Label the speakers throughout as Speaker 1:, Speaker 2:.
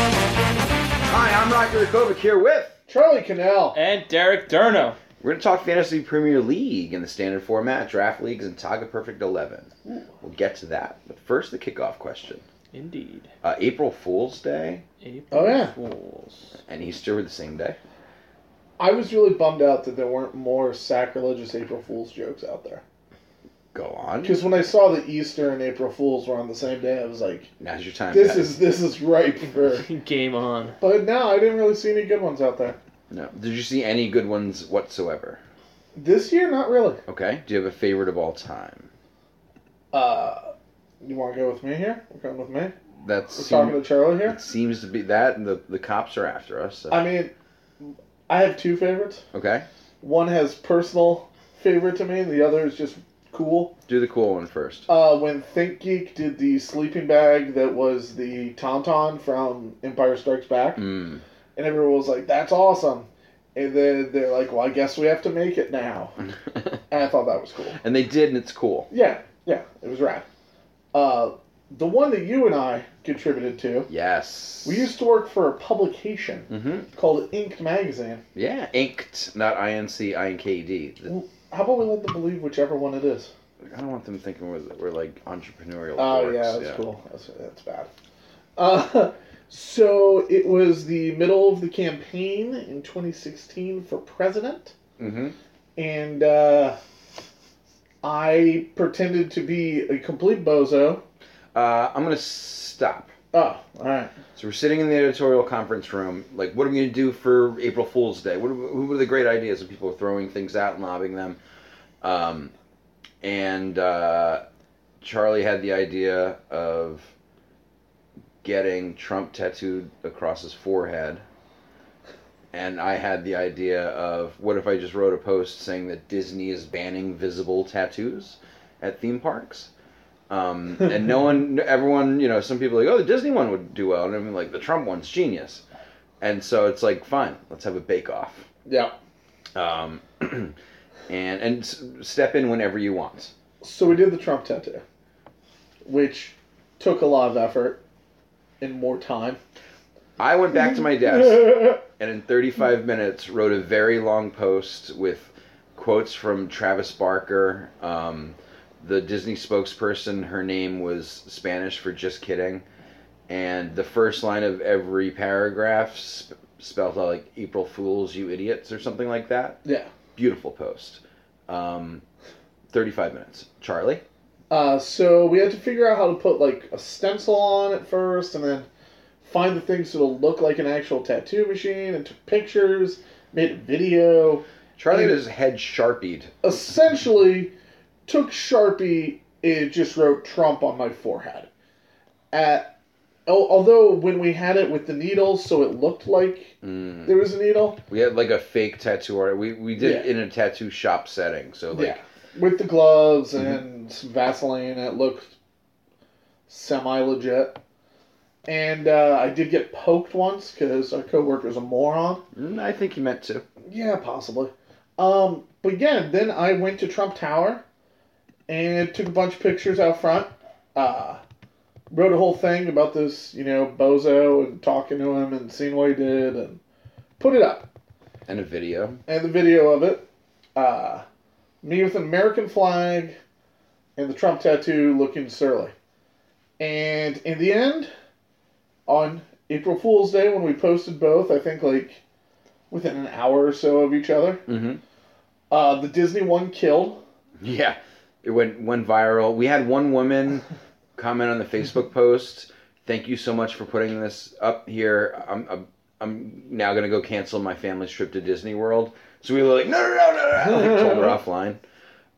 Speaker 1: Hi, I'm Rocky Lukovic here with.
Speaker 2: Charlie Cannell.
Speaker 3: and Derek Durno.
Speaker 1: We're going to talk Fantasy Premier League in the standard format, draft leagues, and Taga Perfect 11. We'll get to that. But first, the kickoff question.
Speaker 3: Indeed.
Speaker 1: Uh, April Fool's Day
Speaker 3: April
Speaker 2: Oh, yeah.
Speaker 3: Fools.
Speaker 1: and Easter were the same day.
Speaker 2: I was really bummed out that there weren't more sacrilegious April Fool's jokes out there.
Speaker 1: Go on.
Speaker 2: Because when I saw that Easter and April Fools were on the same day, I was like,
Speaker 1: Now's your time.
Speaker 2: this
Speaker 1: Pat.
Speaker 2: is this is ripe for.
Speaker 3: Game on.
Speaker 2: But no, I didn't really see any good ones out there.
Speaker 1: No. Did you see any good ones whatsoever?
Speaker 2: This year, not really.
Speaker 1: Okay. Do you have a favorite of all time?
Speaker 2: Uh, you want to go with me here? We're going with me. We're
Speaker 1: That's.
Speaker 2: talking to Charlie here.
Speaker 1: It seems to be that, and the, the cops are after us. so-
Speaker 2: I mean, I have two favorites.
Speaker 1: okay.
Speaker 2: One has personal favorite to me, and the other is just cool.
Speaker 1: Do the cool one first.
Speaker 2: Uh, when Think Geek did the sleeping bag that was the Tauntaun from Empire Strikes Back,
Speaker 1: Mm.
Speaker 2: and everyone was like, "That's awesome," and then they're like, "Well, I guess we have to make it now."
Speaker 1: and
Speaker 2: And I thought that was cool.
Speaker 1: they did, and it's cool.
Speaker 2: Yeah, yeah, it was rad. Uh, the one that you and I contributed to,
Speaker 1: Yes.
Speaker 2: we used to work for a publication
Speaker 1: Mm-hmm.
Speaker 2: called Ink Magazine.
Speaker 1: Yeah, inked, not INC, INKD. E The-
Speaker 2: How about we let them believe whichever one it is?
Speaker 1: I don't want them thinking we're, we're like entrepreneurial.
Speaker 2: Oh
Speaker 1: dorks,
Speaker 2: yeah, that's cool. That's, that's bad. Uh, so it was the middle of the campaign in 2016 for president,
Speaker 1: Mm-hmm.
Speaker 2: and uh, I pretended to be a complete bozo.
Speaker 1: Uh, I'm going to stop.
Speaker 2: Oh, all right.
Speaker 1: So we're sitting in the editorial conference room. Like, what are we going to do for April Fool's Day? What are, who are the great ideas? And people are throwing things out and lobbing them. Um, and uh, Charlie had the idea of getting Trump tattooed across his forehead. And I had the idea of what if I just wrote a post saying that Disney is banning visible tattoos at theme parks? Um, and no one, everyone, you know, some people are like, oh, the Disney one would do well. And I'm like, the Trump one's genius. And so it's like, fine, let's have a bake off.
Speaker 2: Yeah.
Speaker 1: Um, and and s- step in whenever you want.
Speaker 2: So we did the Trump tattoo, which took a lot of effort and more time.
Speaker 1: I went back to my desk and in 35 minutes wrote a very long post with quotes from Travis Barker, um, the Disney spokesperson. Her name was Spanish for just kidding, and the first line of every paragraph sp- spelled out like "April Fools, you idiots" or something like that.
Speaker 2: yeah.
Speaker 1: Beautiful post. Um, 35 minutes. Charlie.
Speaker 2: Uh, so we had to figure out how to put like a stencil on it first, and then find the things that'll look like an actual tattoo machine, and took pictures, made a video.
Speaker 1: Charlie had
Speaker 2: Mm.
Speaker 1: his head sharpied.
Speaker 2: Essentially, took Sharpie and just wrote Trump on my forehead. At al- although when we had it with the needles, so it looked like
Speaker 1: Mm.
Speaker 2: there was a needle.
Speaker 1: We had like a fake tattoo art. We we did it
Speaker 2: Yeah.
Speaker 1: in a tattoo shop setting. So like
Speaker 2: yeah, with the gloves and some Vaseline, it looked semi legit. And uh, I did get poked once because our coworker's a moron.
Speaker 1: mm, I think he meant to.
Speaker 2: Yeah, possibly. Um, but yeah, then I went to Trump Tower and took a bunch of pictures out front. Uh, wrote a whole thing about this, you know, bozo and talking to him and seeing what he did and put it up.
Speaker 1: And a video.
Speaker 2: and the video of it. Uh, me with an American flag and the Trump tattoo looking surly. And in the end, on April Fool's Day, when we posted both, I think like within an hour or so of each other,
Speaker 1: Mm-hmm.
Speaker 2: uh, the Disney one killed.
Speaker 1: Yeah, it went went viral. We had one woman comment on the Facebook post. Thank you so much for putting this up here. I'm, I'm I'm now gonna go cancel my family's trip to Disney World. So we were like, no, no, no, no, no. Like, told her offline.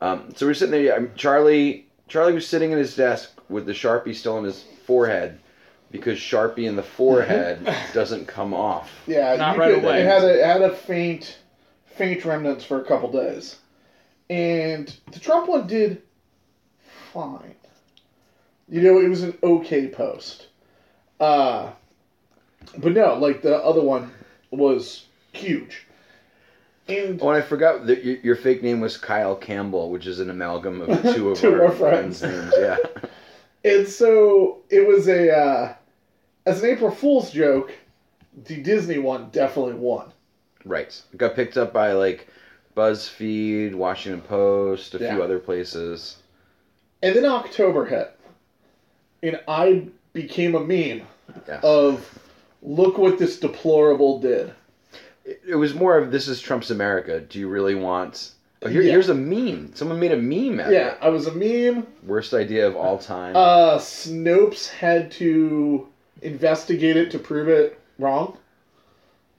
Speaker 1: Um, so we're sitting there. Yeah, I'm- Charlie, Charlie was sitting at his desk with the sharpie still on his forehead because sharpie in the forehead doesn't come off.
Speaker 2: Yeah,
Speaker 3: Not
Speaker 2: you
Speaker 3: right
Speaker 2: could-
Speaker 3: away.
Speaker 2: It had a it had a faint, faint remnants for a couple days, and the Trump one did fine. You know, it was an okay post, uh, but no, like the other one was huge, and
Speaker 1: Oh, and I forgot that your, your fake name was Kyle Campbell, which is an amalgam of two of
Speaker 2: Two
Speaker 1: our,
Speaker 2: of our friends.
Speaker 1: friends' names. Yeah.
Speaker 2: and so it was a uh, as an April Fool's joke. The Disney one definitely won.
Speaker 1: Right. It got picked up by like BuzzFeed, Washington Post, a
Speaker 2: Yeah.
Speaker 1: few other places.
Speaker 2: And then October hit. And I became a meme
Speaker 1: Yeah.
Speaker 2: of look what this deplorable did.
Speaker 1: It, it was more of this is Trump's America. Do you really want? Oh, here,
Speaker 2: Yeah.
Speaker 1: Here's a meme. Someone made a meme out
Speaker 2: Yeah,
Speaker 1: of
Speaker 2: I was a meme.
Speaker 1: it. Worst idea of all time.
Speaker 2: Uh Snopes had to investigate it to prove it wrong.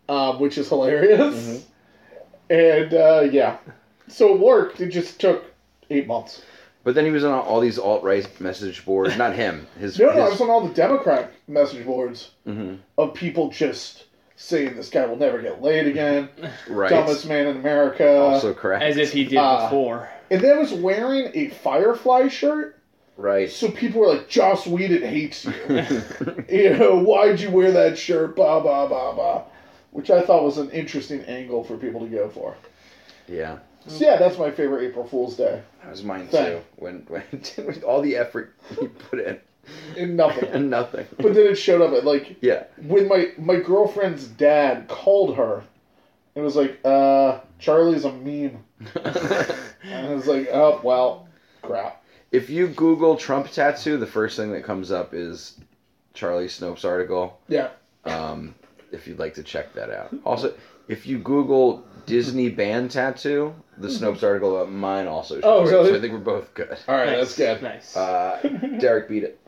Speaker 2: Um, which is hilarious.
Speaker 1: Mm-hmm.
Speaker 2: And uh, yeah. So it worked. It just took eight months.
Speaker 1: but then he was on all these alt right message boards. Not him. His.
Speaker 2: No, no, I
Speaker 1: his-
Speaker 2: was on all the Democrat message boards
Speaker 1: Mhm.
Speaker 2: of people just saying this guy will never get laid again.
Speaker 1: Mm-hmm. Right.
Speaker 2: Dumbest man in America.
Speaker 1: also correct.
Speaker 3: As if he did
Speaker 2: Uh,
Speaker 3: before.
Speaker 2: And then was wearing a Firefly shirt,
Speaker 1: right.
Speaker 2: so people were like, Joss Whedon hates you. you know, why'd you wear that shirt? Blah, blah, blah, blah. Which I thought was an interesting angle for people to go for.
Speaker 1: yeah.
Speaker 2: So, yeah, that's my favorite April Fool's Day.
Speaker 1: That was mine
Speaker 2: Thing.
Speaker 1: too. When when with all the effort he put in
Speaker 2: And nothing.
Speaker 1: and nothing.
Speaker 2: but then it showed up at, like,
Speaker 1: Yeah.
Speaker 2: when my, my girlfriend's dad called her and was like, uh, Charlie's a meme. And I was like, oh, well, crap.
Speaker 1: if you Google Trump tattoo, the first thing that comes up is Charlie Snopes article.
Speaker 2: Yeah.
Speaker 1: um, if you'd like to check that out. Also, if you Google Disney band tattoo, the Snopes article about mine also. shows
Speaker 2: Oh,
Speaker 1: it,
Speaker 2: really?
Speaker 1: So I think we're both good.
Speaker 2: All right,
Speaker 3: nice.
Speaker 2: that's good. Ah.
Speaker 3: Nice.
Speaker 1: Uh, Derek beat it.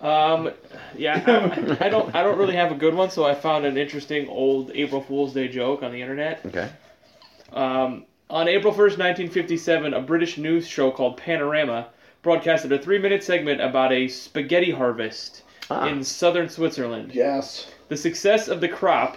Speaker 3: Um, yeah, I, I don't, I don't really have a good one, so I found an interesting old April Fool's Day joke on the internet.
Speaker 1: Okay.
Speaker 3: Um, on April 1st, 1957, a British news show called Panorama broadcasted a three-minute segment about a spaghetti harvest
Speaker 1: Ah.
Speaker 3: in southern Switzerland.
Speaker 2: Yes.
Speaker 3: The success of the crop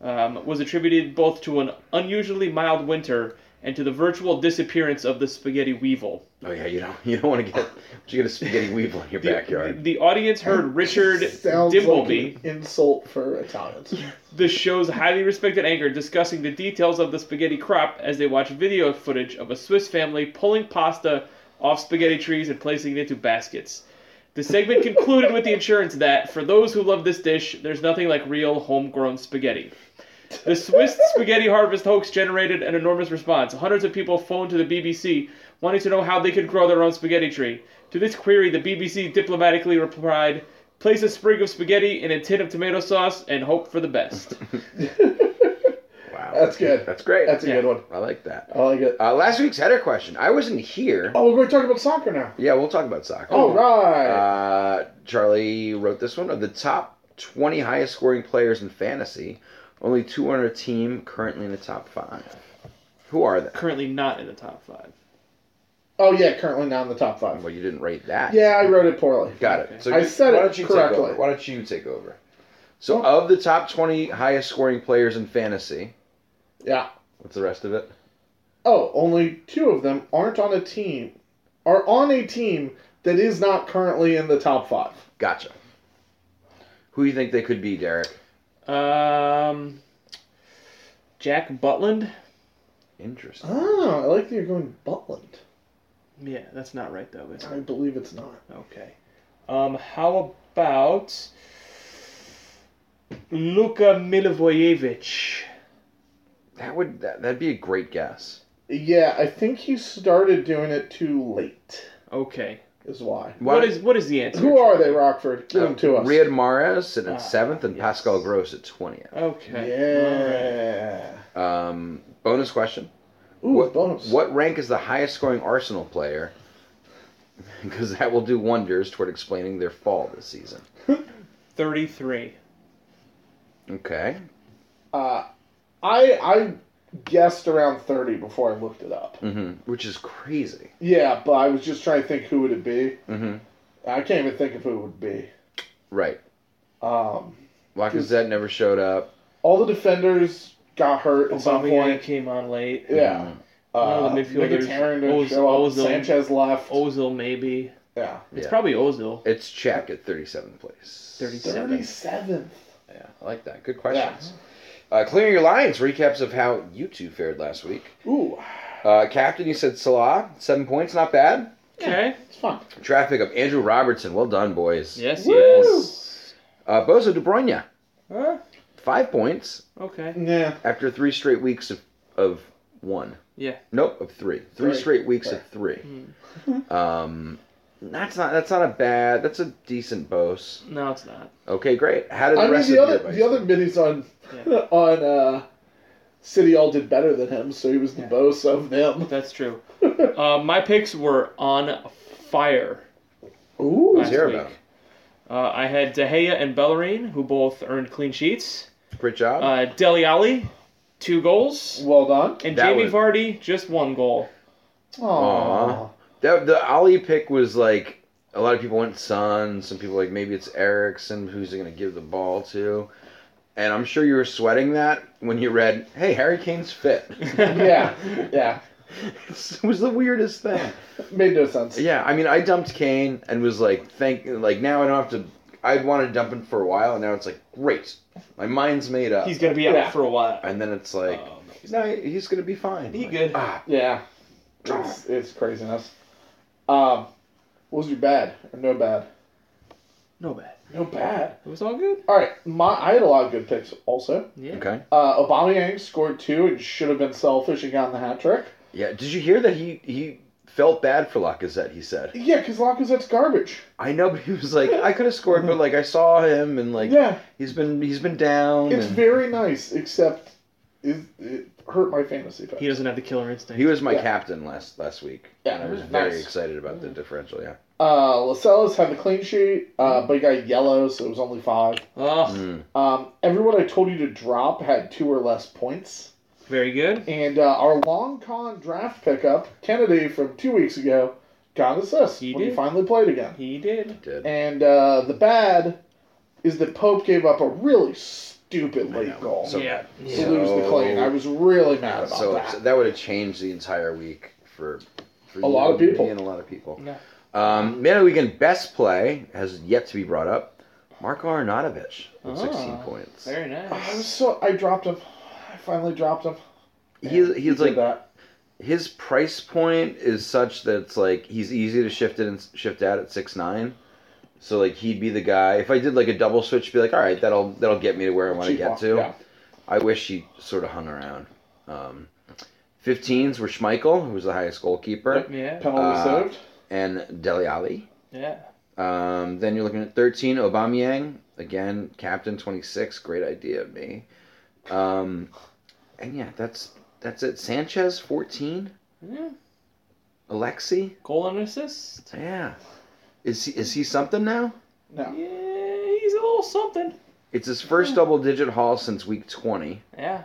Speaker 3: um, was attributed both to an unusually mild winter and to the virtual disappearance of the spaghetti weevil.
Speaker 1: Oh yeah, you don't you don't want to get you get a spaghetti weevil in your
Speaker 3: The,
Speaker 1: backyard.
Speaker 3: the audience heard Richard
Speaker 2: Sounds
Speaker 3: Dimbleby,
Speaker 2: like an insult for Italians.
Speaker 3: the show's highly respected anchor, discussing the details of the spaghetti crop as they watch video footage of a Swiss family pulling pasta off spaghetti trees and placing it into baskets. The segment concluded with the assurance that, for those who love this dish, there's nothing like real homegrown spaghetti. The Swiss spaghetti harvest hoax generated an enormous response. Hundreds of people phoned to the BBC wanting to know how they could grow their own spaghetti tree. To this query, the BBC diplomatically replied, Place a sprig of spaghetti in a tin of tomato sauce and hope for the best.
Speaker 1: Wow,
Speaker 2: That's good.
Speaker 1: That's great.
Speaker 2: That's a
Speaker 3: Yeah.
Speaker 2: good one.
Speaker 1: I like that.
Speaker 2: I like it.
Speaker 1: Uh, last week's header question. I wasn't here.
Speaker 2: Oh, we're going to talk about soccer now.
Speaker 1: Yeah, we'll talk about soccer.
Speaker 2: All right.
Speaker 1: Oh, Uh, Charlie wrote this one of the top 20 highest scoring players in fantasy. Only two on our team currently in the top five. Who are they?
Speaker 3: Currently not in the top five.
Speaker 2: oh, yeah, currently not in the top five.
Speaker 1: Um, Well, you didn't rate that.
Speaker 2: Yeah, I wrote it poorly.
Speaker 1: Got it. So
Speaker 2: I
Speaker 1: you-
Speaker 2: said
Speaker 1: why
Speaker 2: it
Speaker 1: don't you Take
Speaker 2: correctly.
Speaker 1: over? Why don't you take over? So, of the top 20 highest scoring players in fantasy,
Speaker 2: Yeah.
Speaker 1: what's the rest of it?
Speaker 2: Oh, only two of them aren't on a team, are on a team that is not currently in the top five.
Speaker 1: Gotcha. Who do you think they could be, Derek?
Speaker 3: Um, Jack Butland?
Speaker 1: Interesting.
Speaker 2: Oh, I like that you're going Butland.
Speaker 3: Yeah, that's not right though. Is it?
Speaker 2: I believe it's not.
Speaker 3: Okay. Um, how about Luka Milivojevic?
Speaker 1: That would that, that'd be a great guess.
Speaker 2: Yeah, I think he started doing it too late,
Speaker 3: Okay.
Speaker 2: is why.
Speaker 3: What is what is the answer?
Speaker 2: Who are they, Rockford? Give them to
Speaker 1: Uh, Oh,
Speaker 2: us.
Speaker 1: Riyad Mahrez sitting
Speaker 3: Ah,
Speaker 1: at seventh, and
Speaker 3: yes.
Speaker 1: Pascal Gross at twentieth.
Speaker 3: Okay.
Speaker 2: Yeah.
Speaker 1: Um, bonus question:
Speaker 2: Ooh,
Speaker 1: What-
Speaker 2: bonus.
Speaker 1: What rank is the highest scoring Arsenal player? Because that will do wonders toward explaining their fall this season.
Speaker 3: Thirty-three.
Speaker 1: Okay.
Speaker 2: Uh, I I guessed around thirty before I looked it up.
Speaker 1: hmm Which is crazy.
Speaker 2: Yeah, but I was just trying to think who would it be.
Speaker 1: hmm
Speaker 2: I can't even think of who it would be.
Speaker 1: Right.
Speaker 2: Um,
Speaker 1: Lacazette never showed up.
Speaker 2: all the defenders got hurt at some
Speaker 3: Aubameyang
Speaker 2: point.
Speaker 3: came on late.
Speaker 2: Yeah. Uh,
Speaker 3: None of the midfielders.
Speaker 2: Mkhitaryan didn't
Speaker 3: Oz-
Speaker 2: show up.
Speaker 3: Ozil.
Speaker 2: Sanchez left.
Speaker 3: Ozil maybe.
Speaker 2: yeah.
Speaker 3: It's
Speaker 1: Yeah.
Speaker 3: probably Ozil.
Speaker 1: It's Czech at 37th place.
Speaker 3: 37th. Seven.
Speaker 2: 37th.
Speaker 1: Yeah, I like that. Good questions. Uh, clearing your lines. Recaps of how you two fared last week.
Speaker 2: Ooh,
Speaker 1: Uh, Captain, you said Salah, seven points, not bad.
Speaker 3: Okay.
Speaker 2: it's fun.
Speaker 1: Traffic of Andrew Robertson. Well done, boys.
Speaker 3: Yes,
Speaker 2: Woo!
Speaker 3: yes.
Speaker 1: Uh, Bozo De Bruyne,
Speaker 3: Huh?
Speaker 1: five points
Speaker 3: Okay.
Speaker 2: Yeah.
Speaker 1: after three straight weeks of, of one.
Speaker 3: Yeah.
Speaker 1: Nope, of three. Three
Speaker 2: Three.
Speaker 1: straight weeks of three.
Speaker 3: Hmm.
Speaker 1: um, that's not that's not a bad. That's a decent Bose.
Speaker 3: No, it's not.
Speaker 1: Okay, great. How did the
Speaker 2: I mean,
Speaker 1: rest
Speaker 2: the
Speaker 1: of
Speaker 2: other
Speaker 1: your
Speaker 2: the other middies on on uh, City all did better than him, so he was the boss of them.
Speaker 3: That's true. uh, my picks were on fire.
Speaker 2: Ooh,
Speaker 1: Let's hear
Speaker 3: last
Speaker 1: about
Speaker 3: week.
Speaker 1: it.
Speaker 3: Uh, I had De Gea and Bellerin, who both earned clean sheets.
Speaker 1: Great job.
Speaker 3: Uh, Deli Alley, two goals.
Speaker 2: well done.
Speaker 3: And
Speaker 1: That
Speaker 3: Jamie
Speaker 1: was-
Speaker 3: Vardy, just one goal.
Speaker 2: Aww.
Speaker 1: That the Ali pick was like a lot of people went Sun. Some people like maybe it's Erickson. Who's he going to give the ball to? And I'm sure you were sweating that when you read, "Hey, Harry Kane's fit."
Speaker 2: Yeah, yeah,
Speaker 1: it was the weirdest thing.
Speaker 2: made no sense.
Speaker 1: Yeah, I mean, I dumped Kane and was like, "Thank." Like now I don't have to. I wanted to dump him for a while, and now it's like, great, my mind's made up.
Speaker 3: He's going to be out
Speaker 2: Yeah.
Speaker 3: for a while.
Speaker 1: and then it's like,
Speaker 3: Oh, no, he's
Speaker 1: no, he's gonna be fine.
Speaker 3: He
Speaker 1: Like,
Speaker 3: good.
Speaker 1: Ah,
Speaker 2: yeah. It's, it's craziness. Um, what was your bad or no bad?
Speaker 3: No bad.
Speaker 2: No bad.
Speaker 3: It was all good.
Speaker 2: All right, my I had a lot of good picks also.
Speaker 3: Yeah.
Speaker 1: okay.
Speaker 2: Uh, Aubameyang scored two and should have been selfish and gotten the hat trick.
Speaker 1: Yeah. Did you hear that he he felt bad for Lacazette? He said.
Speaker 2: Yeah, because Lacazette's garbage.
Speaker 1: I know, but he was like, I could have scored, but like I saw him, and like
Speaker 2: yeah,
Speaker 1: he's been he's been down.
Speaker 2: it's
Speaker 1: and
Speaker 2: very nice, except it, it hurt my fantasy pick.
Speaker 3: He doesn't have the killer instinct.
Speaker 1: he was my
Speaker 2: Yeah.
Speaker 1: captain last last week.
Speaker 2: Yeah,
Speaker 1: and I was
Speaker 2: nice.
Speaker 1: very excited about the differential. Yeah,
Speaker 2: Uh, Lascelles had the clean sheet, uh, but he got yellow, so it was only five.
Speaker 3: oh,
Speaker 1: Mm.
Speaker 2: Um, everyone I told you to drop had two or less points.
Speaker 3: very good.
Speaker 2: And uh, our long con draft pickup, Kennedy from two weeks ago, got an assist
Speaker 3: He
Speaker 2: when he
Speaker 3: did.
Speaker 2: finally played again.
Speaker 3: He did.
Speaker 1: did
Speaker 2: And uh, the bad is that Pope gave up a really stupid
Speaker 1: I know.
Speaker 2: late goal
Speaker 1: So
Speaker 3: Yeah.
Speaker 1: bad.
Speaker 2: to lose the clean. I was really mad about
Speaker 1: so
Speaker 2: that.
Speaker 1: so that would have changed the entire week for, for
Speaker 2: A lot of
Speaker 1: me
Speaker 2: people.
Speaker 1: and a lot of people.
Speaker 3: Yeah.
Speaker 1: Um, man of the weekend best play has yet to be brought up. Marko Arnautovic with sixteen
Speaker 3: Ah,
Speaker 1: points.
Speaker 3: Very
Speaker 2: I was
Speaker 3: nice.
Speaker 2: so I dropped him. I finally dropped him.
Speaker 1: He's
Speaker 2: And he
Speaker 1: he's
Speaker 2: did
Speaker 1: like
Speaker 2: that.
Speaker 1: his price point is such that it's like he's easy to shift in and shift out at six nine. So like he'd be the guy. If I did like a double switch, be like, all right, that'll that'll get me to where I want to
Speaker 2: Cheap
Speaker 1: get
Speaker 2: off,
Speaker 1: to.
Speaker 2: yeah.
Speaker 1: I wish he sort of hung around. Um, 15s were Schmeichel, who was the highest goalkeeper,
Speaker 3: Yeah.
Speaker 2: penalty
Speaker 1: Uh,
Speaker 2: saved.
Speaker 1: and Deli Ali.
Speaker 3: Yeah.
Speaker 1: Um, then you're looking at 13, Aubameyang. Again, captain 26. Great idea of me. Um, and yeah, that's that's it. Sanchez 14.
Speaker 3: yeah.
Speaker 1: Alexi
Speaker 3: Goal and assist.
Speaker 1: Yeah. Is he is he something now?
Speaker 3: Yeah,
Speaker 2: No.
Speaker 3: he's a little something.
Speaker 1: It's his first double digit haul since week twenty,
Speaker 3: Yeah.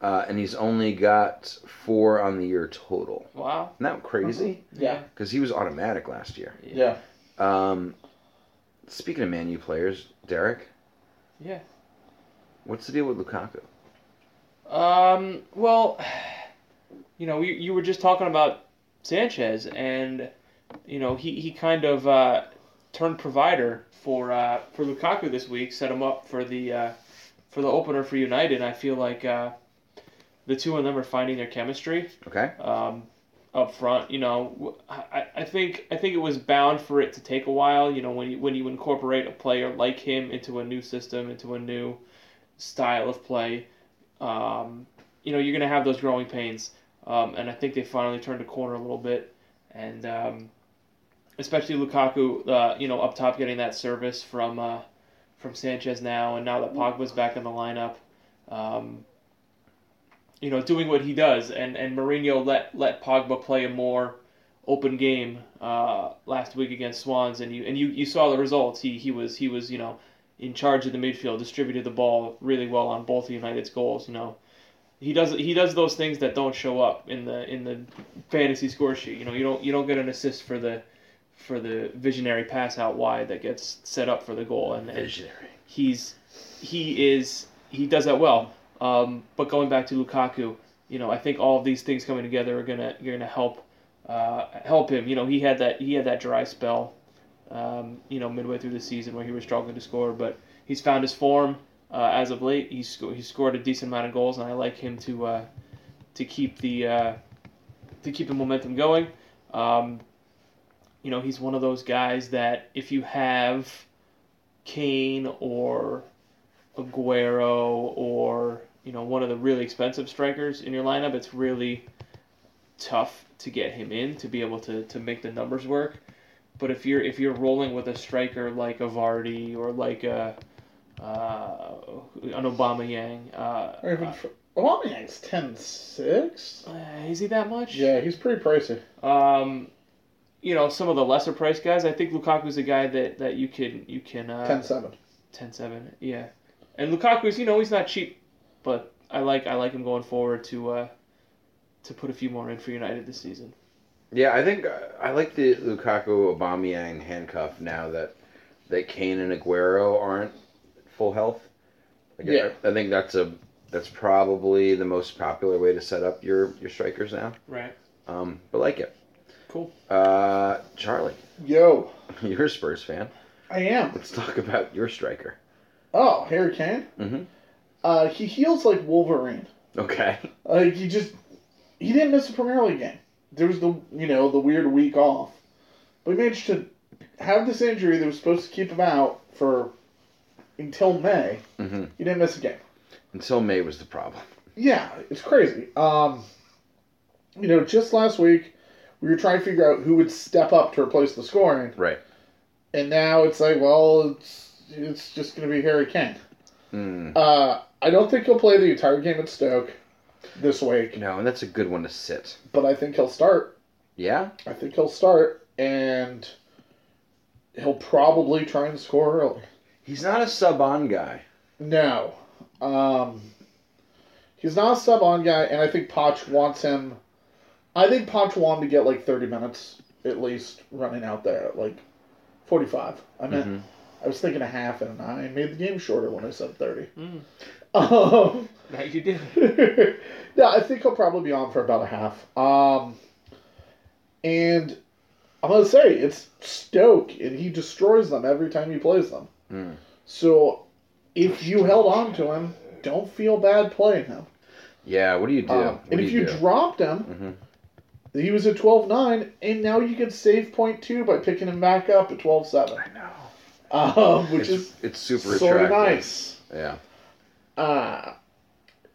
Speaker 1: uh, and he's only got four on the year total.
Speaker 3: Wow.
Speaker 1: Isn't that crazy?
Speaker 2: Yeah.
Speaker 1: Because he was automatic last year.
Speaker 2: Yeah.
Speaker 1: Um, speaking of Man U players, Derek,
Speaker 3: Yeah.
Speaker 1: what's the deal with Lukaku?
Speaker 3: Um, well, you know, you, you were just talking about Sanchez, and you know he, he kind of uh, turned provider for uh, for Lukaku this week, set him up for the uh, for the opener for United. I feel like uh, the two of them are finding their chemistry
Speaker 1: Okay.
Speaker 3: um, up front. You know, w- I, I think I think it was bound for it to take a while. You know, when you when you incorporate a player like him into a new system, into a new style of play, um, you know, you're gonna have those growing pains. Um, and I think they finally turned a corner a little bit, and um, especially Lukaku, uh, you know, up top getting that service from uh, from Sanchez now, and now that Pogba's back in the lineup. Um, you know, doing what he does, and and Mourinho let let Pogba play a more open game uh, last week against Swans, and you and you, you saw the results. He he was he was you know in charge of the midfield, distributed the ball really well on both United's goals. You know, he does he does those things that don't show up in the in the fantasy score sheet. You know, you don't you don't get an assist for the for the visionary pass out wide that gets set up for the goal, and, and
Speaker 1: Visionary.
Speaker 3: he's he is he does that well. Um, but going back to Lukaku, you know, I think all of these things coming together are gonna you're gonna help uh, help him. You know, he had that he had that dry spell, um, you know, midway through the season where he was struggling to score, but he's found his form uh, as of late. He's sco- he's scored a decent amount of goals, and I like him to uh, to keep the uh, to keep the momentum going. Um, you know, he's one of those guys that if you have Kane or Aguero or you know one of the really expensive strikers in your lineup, it's really tough to get him in to be able to, to make the numbers work. But if you're if you're rolling with a striker like a Vardy or like a uh, an Obama Yang,
Speaker 2: Or even
Speaker 3: uh,
Speaker 2: for, Aubameyang's ten six.
Speaker 3: uh, is he that much?
Speaker 2: Yeah, he's pretty pricey.
Speaker 3: Um, you know some of the lesser priced guys. I think Lukaku's a guy that, that you can you can uh,
Speaker 2: Ten seven.
Speaker 3: 10-7, yeah. And Lukaku's, you know, he's not cheap, but I like I like him going forward to uh, to put a few more in for United this season.
Speaker 1: Yeah, I think uh, I like the Lukaku Aubameyang handcuff now that that Kane and Aguero aren't full health. Like,
Speaker 2: Yeah.
Speaker 1: I, I think that's a that's probably the most popular way to set up your your strikers now.
Speaker 3: Right.
Speaker 1: Um, but like it.
Speaker 3: Cool.
Speaker 1: Uh, Charlie,
Speaker 2: Yo,
Speaker 1: you're a Spurs fan.
Speaker 2: I am.
Speaker 1: Let's talk about your striker.
Speaker 2: Oh, Harry Kane.
Speaker 1: Mhm.
Speaker 2: Uh, he heals like Wolverine.
Speaker 1: Okay.
Speaker 2: Like he just he didn't miss a Premier League game. There was the you know the weird week off, but he managed to have this injury that was supposed to keep him out for until May.
Speaker 1: Mhm.
Speaker 2: He didn't miss a game.
Speaker 1: Until May was the problem.
Speaker 2: Yeah, it's crazy. Um, you know, just last week we were trying to figure out who would step up to replace the scoring,
Speaker 1: Right.
Speaker 2: and now it's like, well, it's it's just going to be Harry Kane.
Speaker 1: Mm.
Speaker 2: Uh, I don't think he'll play the entire game at Stoke this week,
Speaker 1: No, and that's a good one to sit.
Speaker 2: but I think he'll start.
Speaker 1: Yeah.
Speaker 2: I think he'll start, and he'll probably try and score early.
Speaker 1: He's not a sub on guy.
Speaker 2: No, um, he's not a sub on guy, and I think Poch wants him. I think Poch wants him to get like thirty minutes at least running out there, like forty-five. I meant
Speaker 1: Mhm.
Speaker 2: I was thinking a half, and I made the game shorter when I said thirty.
Speaker 3: Mm.
Speaker 2: Um,
Speaker 3: That you did.
Speaker 2: yeah, I think he'll probably be on for about a half. Um, and I'm gonna say it's Stoke, and he destroys them every time he plays them.
Speaker 1: Mm.
Speaker 2: So if you held on to him, don't feel bad playing him.
Speaker 1: Yeah. What do you do?
Speaker 2: Um,
Speaker 1: What
Speaker 2: and
Speaker 1: do
Speaker 2: if you,
Speaker 1: do?
Speaker 2: dropped him,
Speaker 1: Mhm.
Speaker 2: he was at 12-9, and now you could save point two by picking him back up at 12-7,
Speaker 1: I know.
Speaker 2: um, which
Speaker 1: It's,
Speaker 2: is
Speaker 1: it's super
Speaker 2: sort of
Speaker 1: attractive.
Speaker 2: nice.
Speaker 1: Yeah.
Speaker 2: uh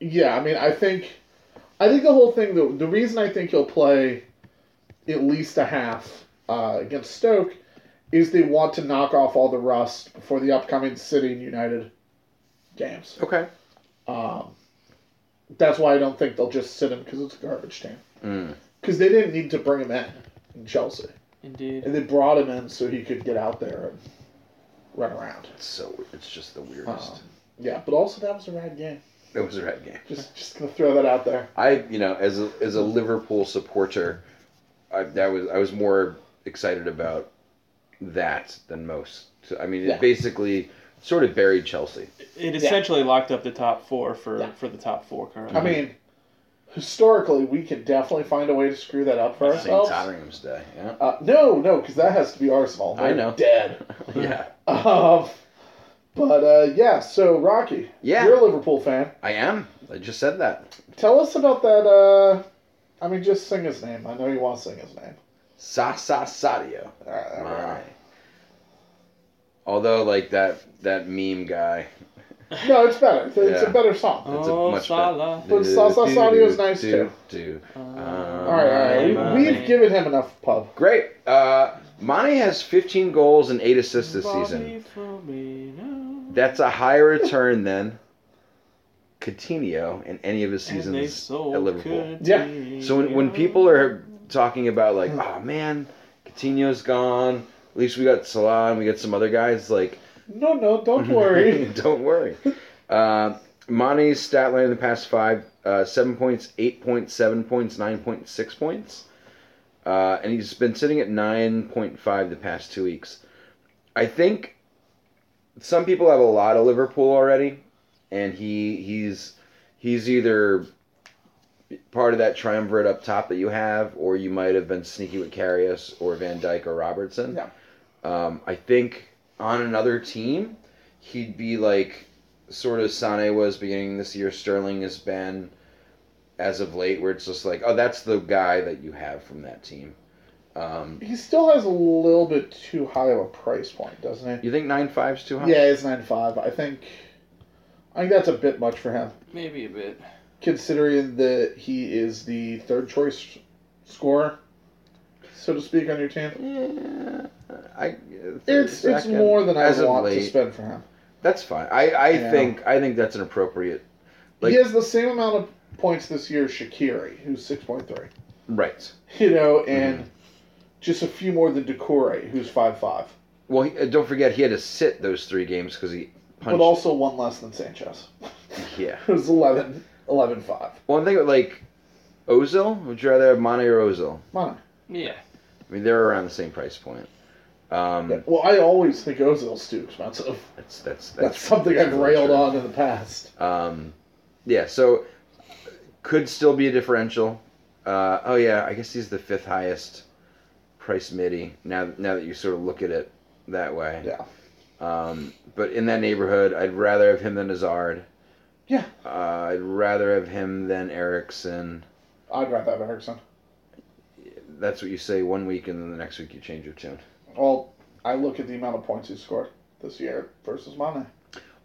Speaker 2: yeah i mean i think i think the whole thing the, the reason i think he'll play at least a half uh, against stoke is they want to knock off all the rust before the upcoming city and united games
Speaker 1: Okay.
Speaker 2: um, that's why i don't think they'll just sit him because it's a garbage team
Speaker 1: Mm.
Speaker 2: because they didn't need to bring him in in chelsea
Speaker 3: Indeed.
Speaker 2: and they brought him in so he could get out there and run around
Speaker 1: It's so. It's just the weirdest.
Speaker 2: um, yeah but also that was a rad game
Speaker 1: it was a red game.
Speaker 2: just just gonna throw that out there
Speaker 1: I, you know, as a, as a Liverpool supporter, I, that was I was more excited about that than most. So, I mean,
Speaker 2: Yeah.
Speaker 1: it basically sort of buried Chelsea.
Speaker 3: It essentially locked up the top four for,
Speaker 2: Yeah.
Speaker 3: for the top four currently.
Speaker 1: Mm-hmm.
Speaker 2: I mean, historically, we could definitely find a way to screw that up for
Speaker 1: St.
Speaker 2: ourselves.
Speaker 1: Tottenham's Day. Yeah.
Speaker 2: Uh, no, no, because that has to be Arsenal.
Speaker 1: I
Speaker 2: They're
Speaker 1: know.
Speaker 2: Dead.
Speaker 1: yeah.
Speaker 2: Um, but uh, yeah, so Rocky,
Speaker 1: Yeah.
Speaker 2: you're a Liverpool fan.
Speaker 1: I am. I just said that.
Speaker 2: Tell us about that. Uh, I mean, just sing his name. I know you want to sing his name.
Speaker 1: Sa sa sadio.
Speaker 2: All right, all right, all
Speaker 1: My. Although, like that that meme guy.
Speaker 2: right. No, it's better. It's, it's
Speaker 1: Yeah.
Speaker 2: a better song.
Speaker 1: It's a
Speaker 3: Oh,
Speaker 1: much
Speaker 3: Salah.
Speaker 1: better.
Speaker 2: But Sa Sa Sadio's nice, too.
Speaker 1: too.
Speaker 3: Uh,
Speaker 1: Oh,
Speaker 2: All right, all right. We, we've given him enough pub.
Speaker 1: Great. Uh, Mane has 15 goals and 8 assists this season. That's a higher return than Coutinho in any of his seasons at Liverpool.
Speaker 2: Yeah.
Speaker 1: So when, when people are talking about like,
Speaker 2: Hmm.
Speaker 1: "Ah, oh man, Coutinho's gone. At least we got Salah and we got some other guys. Like
Speaker 2: No, no, don't worry.
Speaker 1: Don't worry. Uh, Monty's stat line in the past five: uh, seven points, eight points, seven points, nine points, six points. Uh, and he's been sitting at nine point five the past two weeks. I think some people have a lot of Liverpool already, and he he's he's either part of that triumvirate up top that you have, or you might have been sneaky with Karius or Van Dyke or Robertson.
Speaker 2: Yeah.
Speaker 1: Um, I think on another team, he'd be like sort of Sane was beginning this year. Sterling has been as of late, where it's just like, oh, that's the guy that you have from that team. Um,
Speaker 2: he still has a little bit too high of a price point, doesn't he?
Speaker 1: you think nine five's too high?
Speaker 2: Yeah, it's nine five. I think, I think that's a bit much for him,
Speaker 3: Maybe a bit.
Speaker 2: considering that he is the third choice scorer, so to speak, on your team.
Speaker 1: Yeah, I,
Speaker 2: It's it's
Speaker 1: second.
Speaker 2: more than I
Speaker 1: As of
Speaker 2: want to
Speaker 1: late.
Speaker 2: spend for him.
Speaker 1: That's fine. I, I
Speaker 2: Yeah.
Speaker 1: think I think that's an appropriate. Like-
Speaker 2: he has the same amount of points this year as Shakiri, who's six point three.
Speaker 1: Right.
Speaker 2: You know,
Speaker 1: Mm-hmm.
Speaker 2: and just a few more than Decore, who's five five,
Speaker 1: Well, he, uh, don't forget he had to sit those three games because he punched.
Speaker 2: but also one less than Sanchez,
Speaker 1: yeah.
Speaker 2: who's 11, 11 5.
Speaker 1: One thing like Ozil. Would you rather have Mane or Ozil?
Speaker 2: Mine.
Speaker 3: Yeah.
Speaker 1: I mean, they're around the same price point. Um,
Speaker 2: Yeah, Well, I always think Ozil's too expensive.
Speaker 1: that's, that's that's
Speaker 2: That's, something
Speaker 1: that's
Speaker 2: I've
Speaker 1: really
Speaker 2: railed
Speaker 1: true.
Speaker 2: on in the past.
Speaker 1: Um, yeah, so could still be a differential. Uh, oh yeah, I guess he's the fifth highest price midi now. Now that you sort of look at it that way.
Speaker 2: Yeah.
Speaker 1: Um, but in that neighborhood, I'd rather have him than Hazard.
Speaker 2: Yeah.
Speaker 1: Uh, I'd rather have him than Erickson.
Speaker 2: I'd rather have Erickson.
Speaker 1: That's what you say one week, and then the next week you change your tune.
Speaker 2: Well, I look at the amount of points he scored this year versus Mane.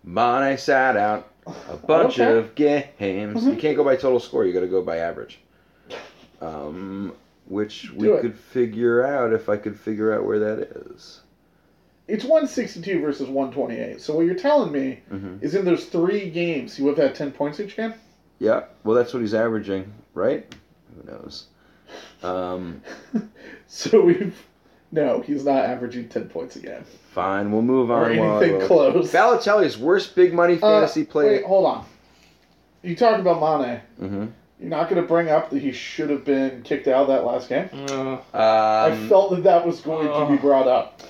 Speaker 1: Mane sat out a bunch
Speaker 2: Okay.
Speaker 1: of games. You
Speaker 2: Mhm.
Speaker 1: can't go by total score. You got to go by average. Um, which we
Speaker 2: Do it.
Speaker 1: could figure out if I could figure out where that is.
Speaker 2: It's 162 versus 128. So what you're telling me
Speaker 1: Mhm.
Speaker 2: is in those three games, he would have had 10 points each game?
Speaker 1: Yeah. Well, that's what he's averaging, right? Who knows? Um,
Speaker 2: So we've. No, he's not averaging 10 points a game.
Speaker 1: fine. We'll move on.
Speaker 2: or
Speaker 1: while I
Speaker 2: anything
Speaker 1: look.
Speaker 2: close.
Speaker 1: Balotelli's worst big money
Speaker 2: Uh,
Speaker 1: fantasy
Speaker 2: Wait,
Speaker 1: player.
Speaker 2: hold on. You talk about Mane.
Speaker 1: Mm-hmm.
Speaker 2: You're not going to bring up that he should have been kicked out of that last game?
Speaker 3: Uh,
Speaker 1: Um,
Speaker 2: I felt that that was going to be
Speaker 3: Ugh.
Speaker 2: brought up.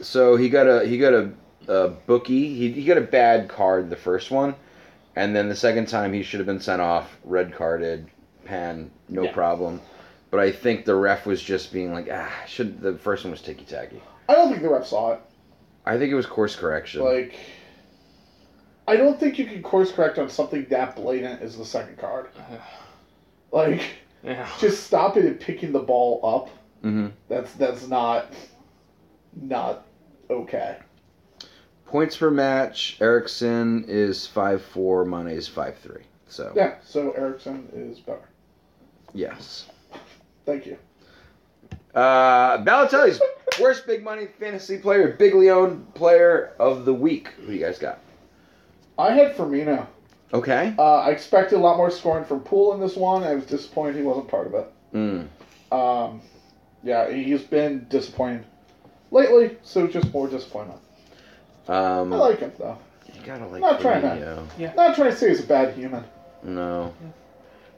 Speaker 1: So he got a he got a, a bookie. He he got a bad card the first one, and then the second time he should have been sent off, red carded, pan, no
Speaker 3: Yeah.
Speaker 1: problem. But I think the ref was just being like, ah, should the first one was ticky tacky.
Speaker 2: I don't think the ref saw it.
Speaker 1: I think it was course correction.
Speaker 2: Like, I don't think you can course correct on something that blatant as the second card. Like,
Speaker 3: Uh, yeah.
Speaker 2: just stopping and picking the ball up.
Speaker 1: Mhm.
Speaker 2: That's that's not not okay.
Speaker 1: Points per match, Erickson is five four, Mane is five three. So
Speaker 2: Yeah. So Erickson is better.
Speaker 1: yes.
Speaker 2: Thank you.
Speaker 1: Uh Balotelli's worst big money fantasy player, big Leon player of the week. Who you guys got?
Speaker 2: I had Firmino.
Speaker 1: Okay.
Speaker 2: Uh, I expected a lot more scoring from Poole in this one. I was disappointed he wasn't part of it.
Speaker 1: Mm.
Speaker 2: Um, yeah, he's been disappointing lately, so just more disappointment.
Speaker 1: Um,
Speaker 2: I like him though.
Speaker 1: You gotta like
Speaker 2: Not trying to-
Speaker 1: Firmino.
Speaker 2: Not trying to say he's a bad human.
Speaker 1: No,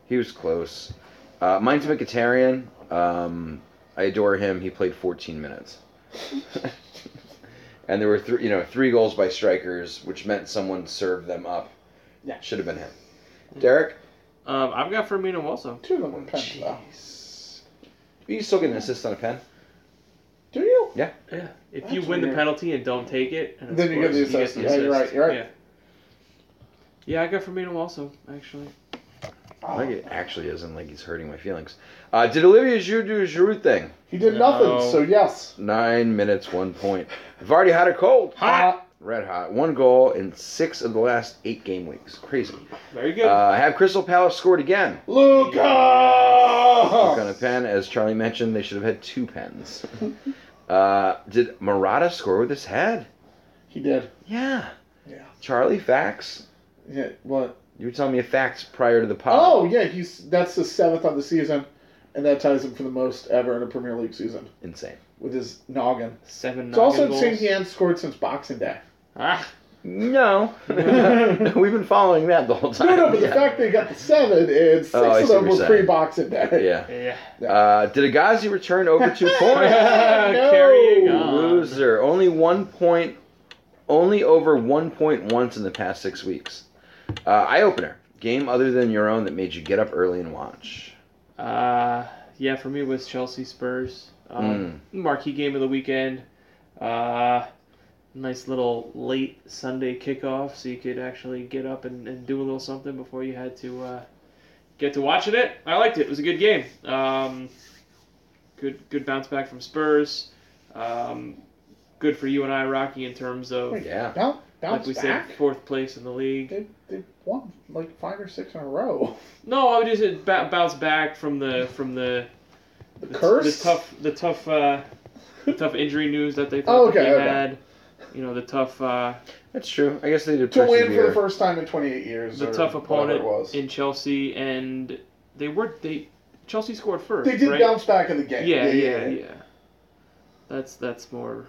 Speaker 1: he was close. Uh, mine's Mkhitaryan. Um, I adore him. He played 14 minutes, and there were three, you know, three goals by strikers, which meant someone served them up.
Speaker 2: Yeah.
Speaker 1: should have been him. Derek,
Speaker 3: Um, I've got Firmino also.
Speaker 2: Two of them were pens though.
Speaker 1: jeez, you still get an assist on a pen.
Speaker 2: Do you?
Speaker 3: Yeah. If
Speaker 2: That's
Speaker 3: you win the
Speaker 2: weird.
Speaker 3: penalty and don't take it, and
Speaker 2: Then you get the
Speaker 3: scores,
Speaker 2: assist.
Speaker 3: get
Speaker 2: Yeah, you're right. You're right.
Speaker 3: Yeah. Yeah, I got Firmino also, actually.
Speaker 2: Oh,
Speaker 1: Like it actually isn't like he's hurting my feelings. Uh, did Olivier Giroud do a Giroud thing?
Speaker 2: He did
Speaker 3: No.
Speaker 2: nothing, so yes.
Speaker 1: Nine minutes, one point. Vardy had a cold.
Speaker 3: Hot.
Speaker 1: Red hot. One goal in six of the last eight game weeks. Crazy.
Speaker 3: Very good.
Speaker 1: Uh, have Crystal Palace scored again?
Speaker 2: Uh, Luca. Oh.
Speaker 1: Look on a pen. As Charlie mentioned, they should have had two pens. uh, did Murata score with his head?
Speaker 2: He did.
Speaker 1: Yeah.
Speaker 2: Yeah.
Speaker 1: Charlie, facts?
Speaker 2: Yeah. What?
Speaker 1: You were telling me a fact prior to the pod.
Speaker 2: Oh yeah, he's that's the seventh on the season, and that ties him for the most ever in a Premier League season
Speaker 1: Insane.
Speaker 2: with his noggin.
Speaker 3: Seven
Speaker 2: It's also
Speaker 3: noggin
Speaker 2: insane
Speaker 3: goals.
Speaker 2: he hadn't scored since Boxing Day.
Speaker 3: Ah,
Speaker 1: No.
Speaker 2: no,
Speaker 1: We've been following that the whole time.
Speaker 2: no, but the
Speaker 1: Yeah.
Speaker 2: fact they got the seven and six
Speaker 1: Oh, I
Speaker 2: of
Speaker 1: see
Speaker 2: them
Speaker 1: what you're
Speaker 2: were
Speaker 1: saying.
Speaker 2: pre-boxing day.
Speaker 1: Yeah.
Speaker 3: yeah.
Speaker 1: Uh, did Agassi return over two points?
Speaker 2: No.
Speaker 3: Carrying on.
Speaker 1: Loser. Only one point. Only over one point once in the past six weeks. Uh, eye opener. Game other than your own that made you get up early and watch.
Speaker 3: Uh, yeah, for me it was Chelsea Spurs.
Speaker 1: Hmm,
Speaker 3: Um, Marquee game of the weekend. Uh, nice little late Sunday kickoff, so you could actually get up and, and do a little something before you had to uh, get to watching it. I liked it. It was a good game. Um, good good bounce back from Spurs. Um, good for you and I, Rocky, in terms of
Speaker 2: Wait,
Speaker 1: Yeah.
Speaker 2: Bounce,
Speaker 3: like
Speaker 2: bounce
Speaker 3: we
Speaker 2: back.
Speaker 3: said, fourth place in the league.
Speaker 2: they, they won like five or six in a row.
Speaker 3: No, I would just uh, ba- bounce back from the from the
Speaker 2: The
Speaker 3: the-
Speaker 2: curse.
Speaker 3: The tough, the tough, uh, the tough injury news that they
Speaker 2: Oh,
Speaker 3: thought that
Speaker 2: okay,
Speaker 3: they
Speaker 2: okay.
Speaker 3: had. You know, the tough, uh,
Speaker 1: That's true. I guess they did
Speaker 2: to win for
Speaker 1: persevere.
Speaker 2: the first time in 28 years.
Speaker 3: the
Speaker 2: or
Speaker 3: tough
Speaker 2: whatever
Speaker 3: opponent
Speaker 2: It was.
Speaker 3: in Chelsea, and they were they Chelsea scored first.
Speaker 2: They did
Speaker 3: right?
Speaker 2: bounce back in the game.
Speaker 3: Yeah, yeah, yeah, That's that's more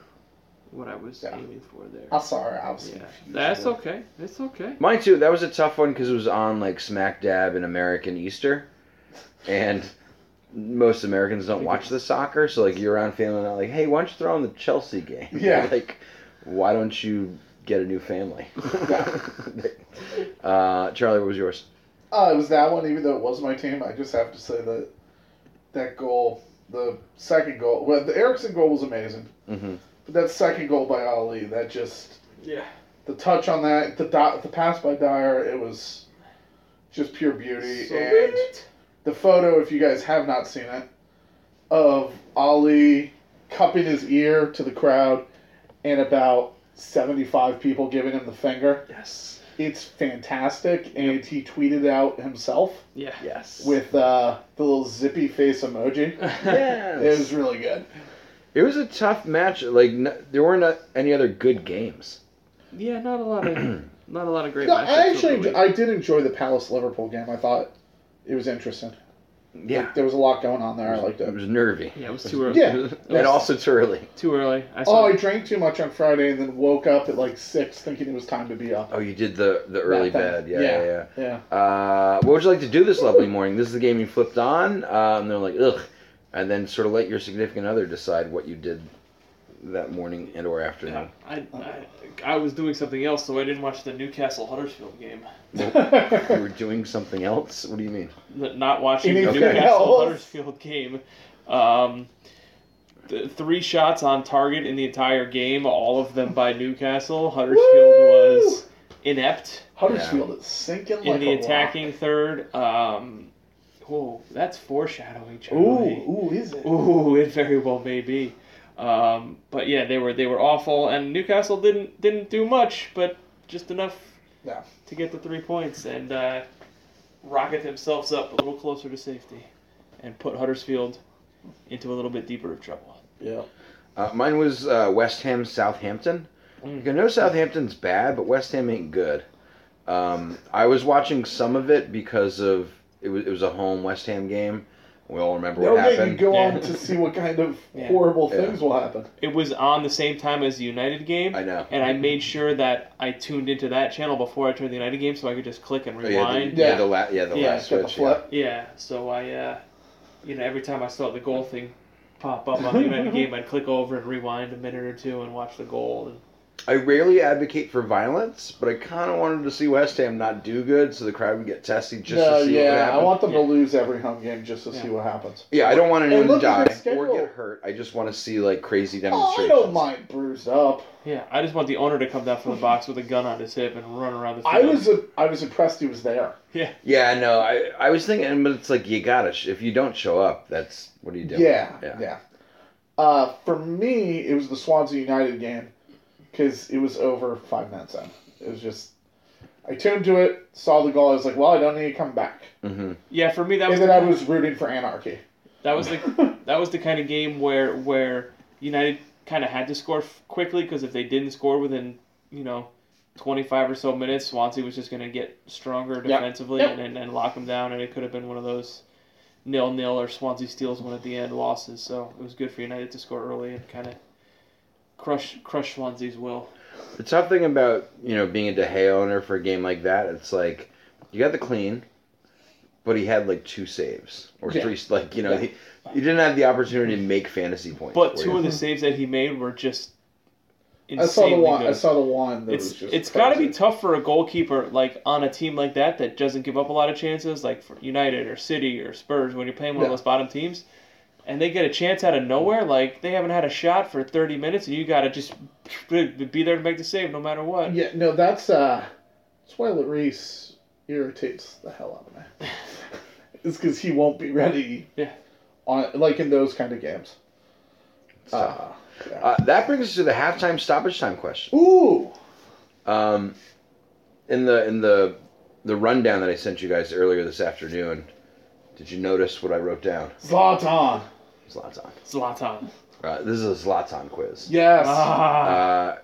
Speaker 3: what I was
Speaker 2: Yeah.
Speaker 3: aiming for there.
Speaker 2: I'm sorry, I was
Speaker 3: yeah,
Speaker 2: confused.
Speaker 3: that's okay. That's okay.
Speaker 1: Mine too. That was a tough one because it was on like smack dab in American Easter, and most Americans don't watch the soccer. So like you're around family, and like, hey, why don't you throw on the Chelsea game?
Speaker 2: Yeah.
Speaker 1: Like, why don't you get a new family? uh, Charlie, what was yours?
Speaker 2: Uh, it was that one, even though it was my team. I just have to say that that goal, the second goal, well, the Erickson goal was amazing,
Speaker 1: hmm
Speaker 2: but that second goal by Ali, that just
Speaker 3: Yeah.
Speaker 2: the touch on that, the dot, the pass by Dyer, it was just pure beauty.
Speaker 3: So-
Speaker 2: and the photo, if you guys have not seen it, of Ali cupping his ear to the crowd, and about seventy-five people giving him the finger.
Speaker 3: Yes.
Speaker 2: It's fantastic, and he tweeted it out himself.
Speaker 3: Yeah.
Speaker 1: Yes.
Speaker 2: with uh, the little zippy face emoji.
Speaker 1: yes.
Speaker 2: It was really good.
Speaker 1: It was a tough match. Like n- there weren't uh, any other good games.
Speaker 3: yeah. Not a lot of not a lot of great.
Speaker 2: No,
Speaker 3: matchups
Speaker 2: I actually
Speaker 3: over the
Speaker 2: enj- I did enjoy the Palace Liverpool game. I thought it was interesting.
Speaker 1: Yeah.
Speaker 2: There was a lot going on there. I liked
Speaker 1: It
Speaker 2: it.
Speaker 1: was nervy.
Speaker 3: week. Yeah, it was too early.
Speaker 2: Yeah.
Speaker 1: and also too early.
Speaker 3: Too early. I
Speaker 2: Oh,
Speaker 3: saw
Speaker 2: I drank too much on Friday and then woke up at like six thinking it was time to be up.
Speaker 1: Oh, you did the the early bed.
Speaker 2: That thing.
Speaker 1: Yeah, yeah, yeah.
Speaker 2: Yeah.
Speaker 1: Uh, what would you like to do this lovely morning? This is the game you flipped on. Uh, and they're like, ugh. And then sort of let your significant other decide what you did that morning and or
Speaker 3: Yeah,
Speaker 1: afternoon.
Speaker 3: I, I, I was doing something else, so I didn't watch the Newcastle Huddersfield game.
Speaker 1: You were doing something else? What do you mean?
Speaker 3: N- Not watching the
Speaker 2: Anything
Speaker 3: Newcastle
Speaker 2: else?
Speaker 3: Huddersfield game. Um, th- three shots on target in the entire game, all of them by Newcastle. Huddersfield
Speaker 2: Woo!
Speaker 3: was inept
Speaker 2: Huddersfield is sinking
Speaker 3: in
Speaker 2: like
Speaker 3: the
Speaker 2: a rock.
Speaker 3: attacking third. Um, oh, that's foreshadowing, Charlie.
Speaker 2: Ooh, ooh, is it?
Speaker 3: Ooh, it very well may be. Um, but yeah, they were they were awful, and Newcastle didn't didn't do much, but just enough
Speaker 2: Yeah.
Speaker 3: to get the three points and uh, rocket themselves up a little closer to safety, and put Huddersfield into a little bit deeper of trouble.
Speaker 2: Yeah.
Speaker 1: Uh, mine was uh, West Ham Southampton.
Speaker 2: Mm.
Speaker 1: Like, I know Southampton's bad, but West Ham ain't good. Um, I was watching some of it because of it was, it was a home West Ham game. We all remember
Speaker 2: No,
Speaker 1: what
Speaker 2: okay, you
Speaker 1: happened.
Speaker 2: go
Speaker 3: Yeah.
Speaker 2: on to see what kind of
Speaker 3: Yeah.
Speaker 2: horrible
Speaker 1: Yeah.
Speaker 2: things will happen.
Speaker 3: It was on the same time as the United game.
Speaker 1: I know.
Speaker 3: And I made sure that I tuned into that channel before I turned the United game, so I could just click and
Speaker 1: Oh, yeah, the,
Speaker 3: rewind.
Speaker 1: yeah, the, la- yeah, the
Speaker 3: Yeah,
Speaker 1: last
Speaker 2: Get the
Speaker 1: switch. yeah.
Speaker 2: flip.
Speaker 3: Yeah, so I, uh, you know, every time I saw the goal thing pop up on the United game, I'd click over and rewind a minute or two and watch the goal. And
Speaker 1: I rarely advocate for violence, but I kind of wanted to see West Ham not do good so the crowd would get tested just
Speaker 2: no,
Speaker 1: to see what
Speaker 2: yeah,
Speaker 1: happened.
Speaker 2: I want them
Speaker 3: Yeah.
Speaker 2: to lose every home game just to see
Speaker 3: Yeah.
Speaker 2: what happens.
Speaker 1: yeah, I don't want anyone to
Speaker 2: look at
Speaker 1: die
Speaker 2: their
Speaker 1: or
Speaker 2: schedule.
Speaker 1: get hurt. I just want to see like crazy
Speaker 2: Oh, I
Speaker 1: demonstrations.
Speaker 2: don't mind bruised up.
Speaker 3: yeah, I just want the owner to come down from the box with a gun on his hip and run around the field.
Speaker 2: I was I was impressed he was there.
Speaker 3: yeah,
Speaker 1: Yeah, no, I I was thinking, but it's like you gotta sh- if you don't show up, that's what do you do?
Speaker 2: Yeah,
Speaker 1: Yeah.
Speaker 2: yeah. Uh, for me, it was the Swansea United game because it was over five minutes in. It was just I tuned to it, saw the goal. I was like, well, I don't need to come back.
Speaker 1: hmm
Speaker 3: yeah. For me, that was
Speaker 2: And then
Speaker 3: the,
Speaker 2: I was rooting for anarchy.
Speaker 3: that was the that was the kind of game where where United kind of had to score f- quickly because if they didn't score within you know. 25 or so minutes, Swansea was just going to get stronger defensively
Speaker 2: Yep.
Speaker 3: And, and, and lock them down, and it could have been one of those nil nil or Swansea steals one at the end losses. So it was good for United to score early and kind of crush crush Swansea's will.
Speaker 1: The tough thing about you know being a De Gea owner for a game like that, it's like you got the clean, but he had like two saves or
Speaker 2: Yeah.
Speaker 1: three. Like you know,
Speaker 2: Yeah.
Speaker 1: he, he didn't have the opportunity to make fantasy points.
Speaker 3: But
Speaker 1: for
Speaker 3: two
Speaker 1: you.
Speaker 3: of the saves that he made were just
Speaker 2: I
Speaker 3: insanely
Speaker 2: saw the one.
Speaker 3: good.
Speaker 2: I saw the one. That was
Speaker 3: it's
Speaker 2: just
Speaker 3: it's got to be
Speaker 2: crazy.
Speaker 3: tough for a goalkeeper like on a team like that that doesn't give up a lot of chances, like for United or City or Spurs when you're playing one of
Speaker 2: Yeah.
Speaker 3: those bottom teams, and they get a chance out of nowhere. Like they haven't had a shot for 30 minutes, and you got to just be there to make the save no matter what.
Speaker 2: Yeah, no, that's uh, that's why Lloris irritates the hell out of me. it's because he won't be ready.
Speaker 3: Yeah.
Speaker 2: On like in those kind of games.
Speaker 1: It's tough.
Speaker 2: Uh, yeah.
Speaker 1: Uh, that brings us to the halftime stoppage time question.
Speaker 2: Ooh,
Speaker 1: Um, in the in the the rundown that I sent you guys earlier this afternoon, did you notice what I wrote down?
Speaker 2: Zlatan.
Speaker 1: Zlatan.
Speaker 3: Zlatan.
Speaker 1: Uh, this is a Zlatan quiz.
Speaker 2: Yes.
Speaker 3: Ah,
Speaker 1: Uh,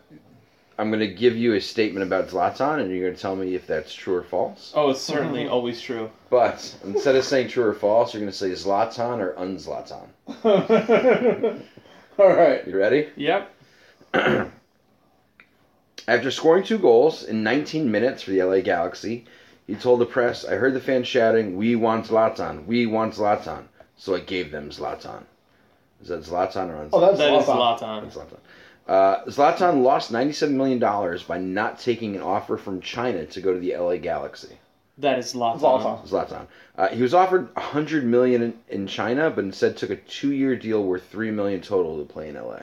Speaker 1: I'm going to give you a statement about Zlatan, and you're going to tell me if that's true or false.
Speaker 3: oh, it's certainly always true.
Speaker 1: But instead of saying true or false, you're going to say Zlatan or unZlatan.
Speaker 2: All right.
Speaker 1: You ready?
Speaker 3: Yep.
Speaker 1: After scoring two goals in 19 minutes for the LA Galaxy, he told the press, I heard the fans shouting, We want Zlatan, we want Zlatan. So I gave them Zlatan. Is that Zlatan or unZlatan?
Speaker 2: Oh, that's
Speaker 3: That is
Speaker 2: Zlatan.
Speaker 3: Zlatan.
Speaker 1: Zlatan. Uh, Zlatan lost $97 million by not taking an offer from China to go to the LA Galaxy.
Speaker 3: That is Zlatan.
Speaker 2: Zlatan.
Speaker 1: Zlatan. Uh, he was offered 100 million in, in China, but instead took a two-year deal worth three million total to play in LA.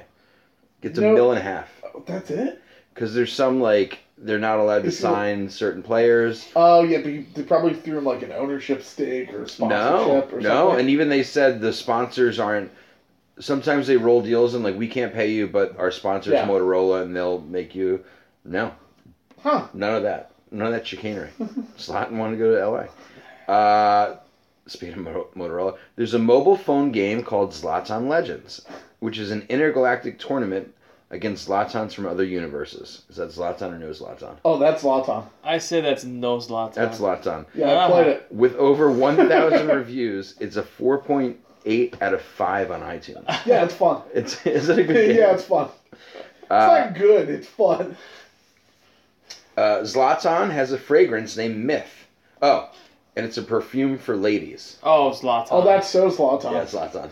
Speaker 1: Gets a
Speaker 2: No.
Speaker 1: mill and a half
Speaker 2: Oh, That's it.
Speaker 1: because there's some like they're not allowed to
Speaker 2: Is he-
Speaker 1: sign certain players.
Speaker 2: Oh yeah, but you, they probably threw him like an ownership stake or
Speaker 1: No,
Speaker 2: sponsorship or
Speaker 1: no,
Speaker 2: something.
Speaker 1: and even they said the sponsors aren't. Sometimes they roll deals and like we can't pay you, but our sponsors
Speaker 2: Yeah.
Speaker 1: Motorola and they'll make you. No,
Speaker 2: huh?
Speaker 1: None of that. None of that chicanery. Slotin wanted to go to LA. Uh, speaking of Mo- Motorola, there's a mobile phone game called Zlatan Legends, which is an intergalactic tournament against Zlatans from other universes. Is that Zlatan or no Zlatan?
Speaker 2: Oh, that's Zlatan.
Speaker 3: I say that's no Zlatan.
Speaker 1: That's Zlatan.
Speaker 2: Yeah, I
Speaker 3: Ah.
Speaker 2: played it.
Speaker 1: With over 1,000 reviews, it's a 4.8 out of 5 on iTunes.
Speaker 2: Yeah, it's fun.
Speaker 1: It's, is it a good game?
Speaker 2: yeah, it's fun. It's
Speaker 1: Uh,
Speaker 2: not good. It's fun.
Speaker 1: uh, Zlatan has a fragrance named Myth. Oh, and it's a perfume for ladies.
Speaker 3: Oh, Zlatan.
Speaker 2: Oh, that's so Zlatan.
Speaker 1: uh, Yeah, Zlatan.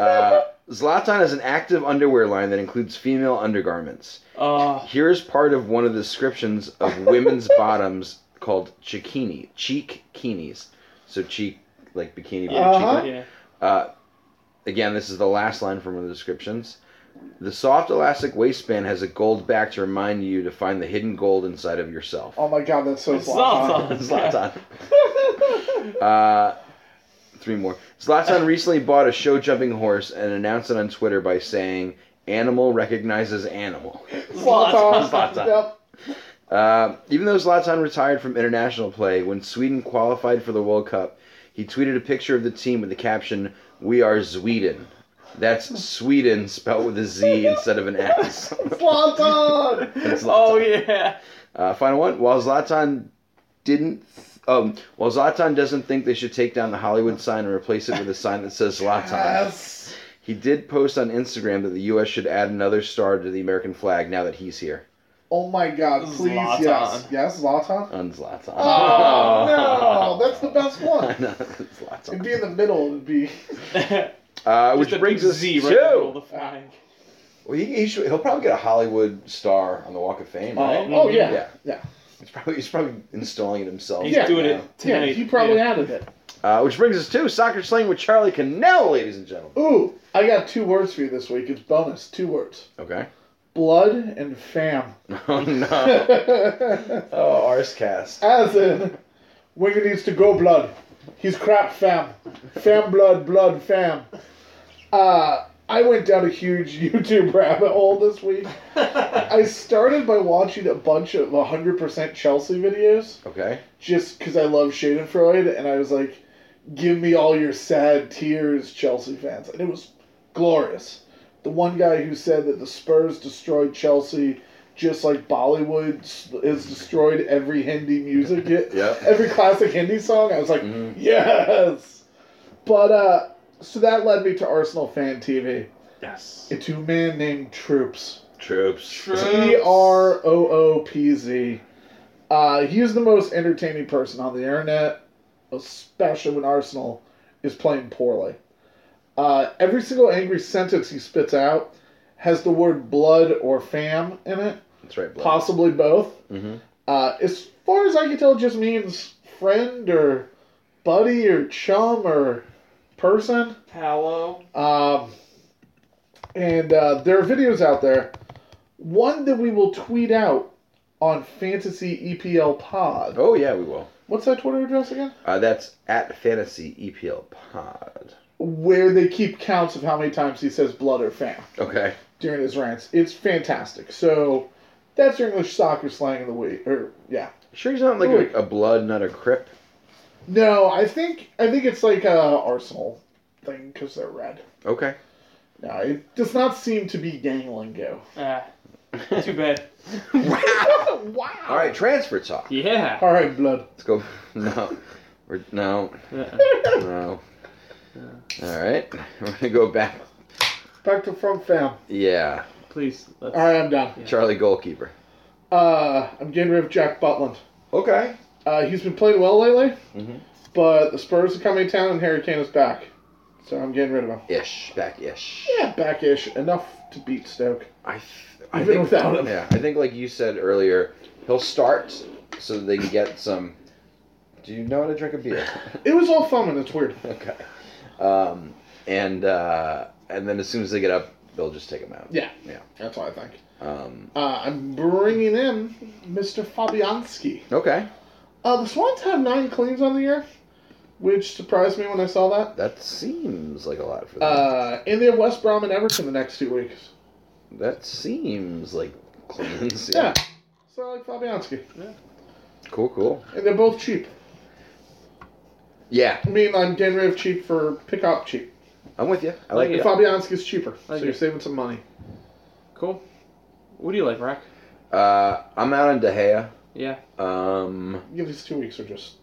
Speaker 1: Uh, Zlatan is an active underwear line that includes female undergarments.
Speaker 3: Oh,
Speaker 1: Here's part of one of the descriptions of women's bottoms called chikini, cheek kinis. So cheek, like bikini. but
Speaker 2: Uh-huh.
Speaker 1: cheek-
Speaker 3: yeah.
Speaker 1: Uh, again, this is the last line from one of the descriptions. The soft elastic waistband has a gold back to remind you to find the hidden gold inside of yourself.
Speaker 2: Oh my god, that's so
Speaker 3: It's
Speaker 2: Zlatan.
Speaker 3: Zlatan.
Speaker 1: Zlatan. uh, three more. Zlatan recently bought a show jumping horse and announced it on Twitter by saying, Animal recognizes animal.
Speaker 2: Zlatan.
Speaker 1: Zlatan.
Speaker 2: Yep.
Speaker 1: Uh, even though Zlatan retired from international play, when Sweden qualified for the World Cup, he tweeted a picture of the team with the caption, We are Sweden. That's Sweden spelled with a Z instead of an S.
Speaker 2: Zlatan.
Speaker 1: It's Zlatan.
Speaker 3: Oh yeah.
Speaker 1: Uh, final one. While Zlatan didn't, um, while Zlatan doesn't think they should take down the Hollywood sign and replace it with a sign that says Zlatan,
Speaker 2: Yes.
Speaker 1: he did post on Instagram that the U.S. should add another star to the American flag now that he's here.
Speaker 2: Oh my god, please,
Speaker 3: Zlatan.
Speaker 2: yes. Yes, Zlatan.
Speaker 1: On Zlatan.
Speaker 2: Oh, no, that's the best one.
Speaker 1: I know, it's
Speaker 2: It'd
Speaker 1: Zlatan.
Speaker 2: be in the middle. It'd be.
Speaker 1: Uh,
Speaker 3: Just
Speaker 1: which
Speaker 3: a
Speaker 1: brings
Speaker 3: big
Speaker 1: us
Speaker 3: Z right in the middle of
Speaker 1: to.
Speaker 3: the flag.
Speaker 1: Well, he, he should, he'll probably get a Hollywood star on the Walk of Fame, right?
Speaker 2: Oh yeah.
Speaker 1: Yeah.
Speaker 2: Yeah.
Speaker 1: He's probably he's probably installing it himself.
Speaker 3: He's
Speaker 2: Yeah.
Speaker 3: doing
Speaker 1: now.
Speaker 3: it tonight.
Speaker 2: he probably
Speaker 3: Yeah.
Speaker 2: added it.
Speaker 1: Uh, which brings us to soccer slang with Charlie Cannell, ladies and gentlemen.
Speaker 2: Ooh, I got two words for you this week. It's bonus. Two words.
Speaker 1: Okay.
Speaker 2: Blood and fam.
Speaker 1: Oh no.
Speaker 2: As
Speaker 1: Oh, Ars cast.
Speaker 2: in, Winger needs to go blood. He's crap fam. Fam blood, blood fam. Uh, I went down a huge YouTube rabbit hole this week. I started by watching a bunch of 100% Chelsea videos
Speaker 1: Okay.
Speaker 2: just because I love Schadenfreude, and I was like, give me all your sad tears, Chelsea fans. And it was glorious. The one guy who said that the Spurs destroyed Chelsea just like Bollywood s- has destroyed every Hindi music, hit,
Speaker 1: Yep.
Speaker 2: every classic Hindi song, I was like,
Speaker 1: Mhm.
Speaker 2: yes! But, uh, so that led me to Arsenal Fan TV.
Speaker 3: Yes.
Speaker 2: It's a man named Troops.
Speaker 1: Troops.
Speaker 2: T R O O P Z. Uh, he is the most entertaining person on the internet, especially when Arsenal is playing poorly. Uh, every single angry sentence he spits out has the word blood or fam in it,
Speaker 1: That's right, Blood.
Speaker 2: possibly both.
Speaker 1: Mhm.
Speaker 2: Uh, as far as I can tell, it just means friend or buddy or chum or person.
Speaker 3: Palo.
Speaker 2: Um, and uh, there are videos out there. One that we will tweet out on Fantasy EPL Pod.
Speaker 1: Oh, yeah, we will.
Speaker 2: What's that Twitter address again?
Speaker 1: Uh, that's at Fantasy EPL Pod.
Speaker 2: Where they keep counts of how many times he says blood or fam
Speaker 1: Okay.
Speaker 2: during his rants. It's fantastic. So that's your English soccer slang of the week. Or yeah.
Speaker 1: Sure, he's not like
Speaker 2: Ooh.
Speaker 1: a, a blood, not a crip.
Speaker 2: No, I think I think it's like a Arsenal thing because they're red.
Speaker 1: Okay.
Speaker 2: No, it does not seem to be gang lingo.
Speaker 3: Ah, too bad.
Speaker 2: wow.
Speaker 1: All right, transfer talk.
Speaker 3: Yeah.
Speaker 2: All right, blood.
Speaker 1: Let's go. No. We're, no.
Speaker 3: Uh-uh.
Speaker 1: No. All right. We're going to go back.
Speaker 2: Back to front fam.
Speaker 1: Yeah.
Speaker 3: Please. Let's...
Speaker 2: All right, I'm done.
Speaker 1: Charlie goalkeeper.
Speaker 2: Uh, I'm getting rid of Jack Butland.
Speaker 1: Okay.
Speaker 2: Uh, he's been playing well lately,
Speaker 1: Mhm.
Speaker 2: but the Spurs are coming to town and Harry Kane is back. So I'm getting rid of him.
Speaker 1: Ish. Back ish.
Speaker 2: Yeah, back ish. Enough to beat Stoke.
Speaker 1: I, th- I
Speaker 2: Even
Speaker 1: think
Speaker 2: without him.
Speaker 1: Yeah, I think like you said earlier, he'll start so that they can get some. Do you know how to drink a beer?
Speaker 2: It was all fun and it's weird.
Speaker 1: okay. Um, and uh, and then as soon as they get up, they'll just take him out.
Speaker 2: Yeah.
Speaker 1: Yeah.
Speaker 2: That's what I think.
Speaker 1: Um,
Speaker 2: Uh, I'm bringing in Mr. Fabianski.
Speaker 1: okay,
Speaker 2: Uh, the Swans have nine cleans on the year, which surprised me when I saw that.
Speaker 1: that seems like a lot for them.
Speaker 2: Uh, and they have West Brom and Everton the next two weeks.
Speaker 1: that seems like cleans.
Speaker 2: Yeah. So I like Fabianski.
Speaker 1: Cool. Cool.
Speaker 2: And they're both cheap.
Speaker 1: Yeah,
Speaker 2: I mean, I'm getting rid of cheap for pick up cheap.
Speaker 1: I'm with you. I like
Speaker 3: Yeah.
Speaker 2: Yeah.
Speaker 1: it.
Speaker 2: Fabianski's cheaper,
Speaker 3: Like
Speaker 2: so you're
Speaker 3: it.
Speaker 2: saving some money.
Speaker 3: Cool. What do you like, Rock?
Speaker 1: Uh, I'm out on De Gea.
Speaker 3: Yeah.
Speaker 1: Um,
Speaker 2: Yeah, these two weeks are just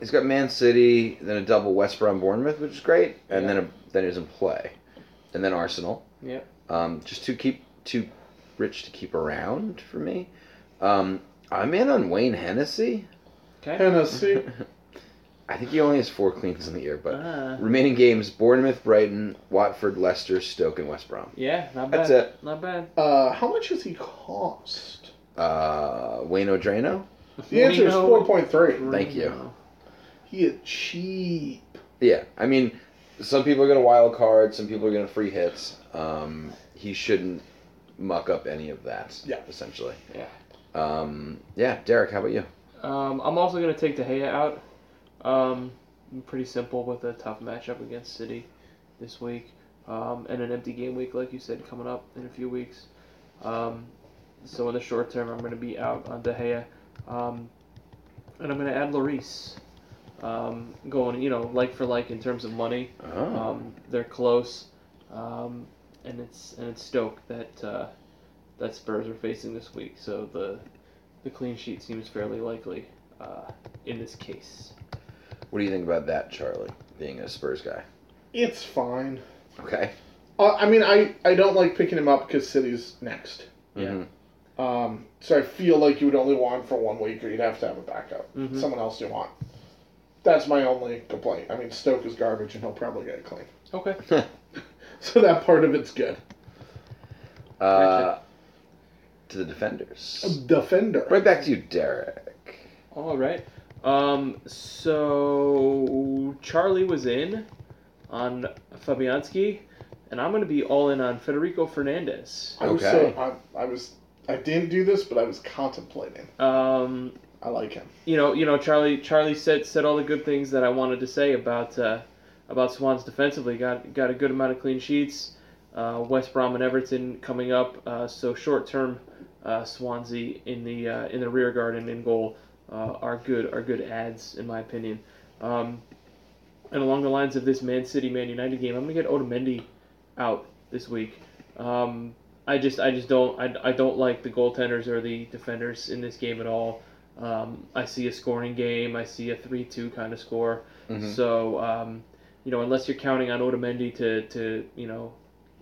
Speaker 1: he's got Man City, then a double West Brom Bournemouth, which is great, and
Speaker 3: Yeah.
Speaker 1: then a, then he's in play, and then Arsenal.
Speaker 3: Yeah.
Speaker 1: um, just too keep too rich to keep around for me. Um, I'm in on Wayne Hennessy.
Speaker 3: Okay.
Speaker 2: Hennessy.
Speaker 1: I think he only has four cleans in the year, but
Speaker 3: Ah.
Speaker 1: remaining games: Bournemouth, Brighton, Watford, Leicester, Stoke, and West Brom.
Speaker 3: yeah. Not bad.
Speaker 1: That's it.
Speaker 3: Not bad.
Speaker 2: uh, how much does he cost?
Speaker 1: Uh, Wayne O'Drano.
Speaker 2: The answer is
Speaker 3: Reno-
Speaker 2: four point three.
Speaker 1: Thank you.
Speaker 3: Reno.
Speaker 2: He is cheap.
Speaker 1: Yeah, I mean, some people are gonna wild card, some people are gonna free hits. Um, he shouldn't muck up any of that.
Speaker 2: Yeah.
Speaker 1: essentially.
Speaker 3: Yeah.
Speaker 1: Um, yeah, Derek, how about you?
Speaker 3: Um, I'm also going to take De Gea out. Um, pretty simple with a tough matchup against City this week, um, and an empty game week, like you said, coming up in a few weeks. Um, so in the short term, I'm going to be out on De Gea, um, and I'm going to add Lloris. Um, going, you know, like for like in terms of money,
Speaker 1: Oh,
Speaker 3: um, they're close, um, and it's and it's Stoke that uh, that Spurs are facing this week. So the the clean sheet seems fairly likely uh, in this case.
Speaker 1: what do you think about that, Charlie? Being a Spurs guy.
Speaker 2: It's fine.
Speaker 1: Okay.
Speaker 2: Uh, I mean, I, I don't like picking him up because City's next.
Speaker 3: Yeah.
Speaker 1: Mhm.
Speaker 2: Um, so I feel like you would only want him for one week, or you'd have to have a backup,
Speaker 3: Mhm.
Speaker 2: someone else you want. That's my only complaint. I mean, Stoke is garbage, and he'll probably get it clean.
Speaker 3: Okay.
Speaker 2: So that part of it's good.
Speaker 1: Uh, to the
Speaker 2: Uh,
Speaker 1: defenders.
Speaker 2: Defender.
Speaker 1: Right back to you, Derek.
Speaker 3: All right. Um, so Charlie was in on Fabianski, and I'm going to be all in on Federico Fernandez.
Speaker 2: I was
Speaker 1: Okay.
Speaker 2: so I, I was I didn't do this, but I was contemplating.
Speaker 3: Um,
Speaker 2: I like him.
Speaker 3: you know, you know, Charlie. Charlie said said all the good things that I wanted to say about uh, about Swans defensively. Got got a good amount of clean sheets. Uh, West Brom and Everton coming up. Uh, so short term, uh, Swansea in the uh, in the rear guard and in goal uh, are good are good ads in my opinion. Um, and along the lines of this Man City Man United game, I'm gonna get Otamendi out this week. Um, I just I just don't I, I don't like the goaltenders or the defenders in this game at all. Um, I see a scoring game. I see a three-two kind of score.
Speaker 1: Mhm.
Speaker 3: So um, you know, unless you're counting on Otamendi to to you know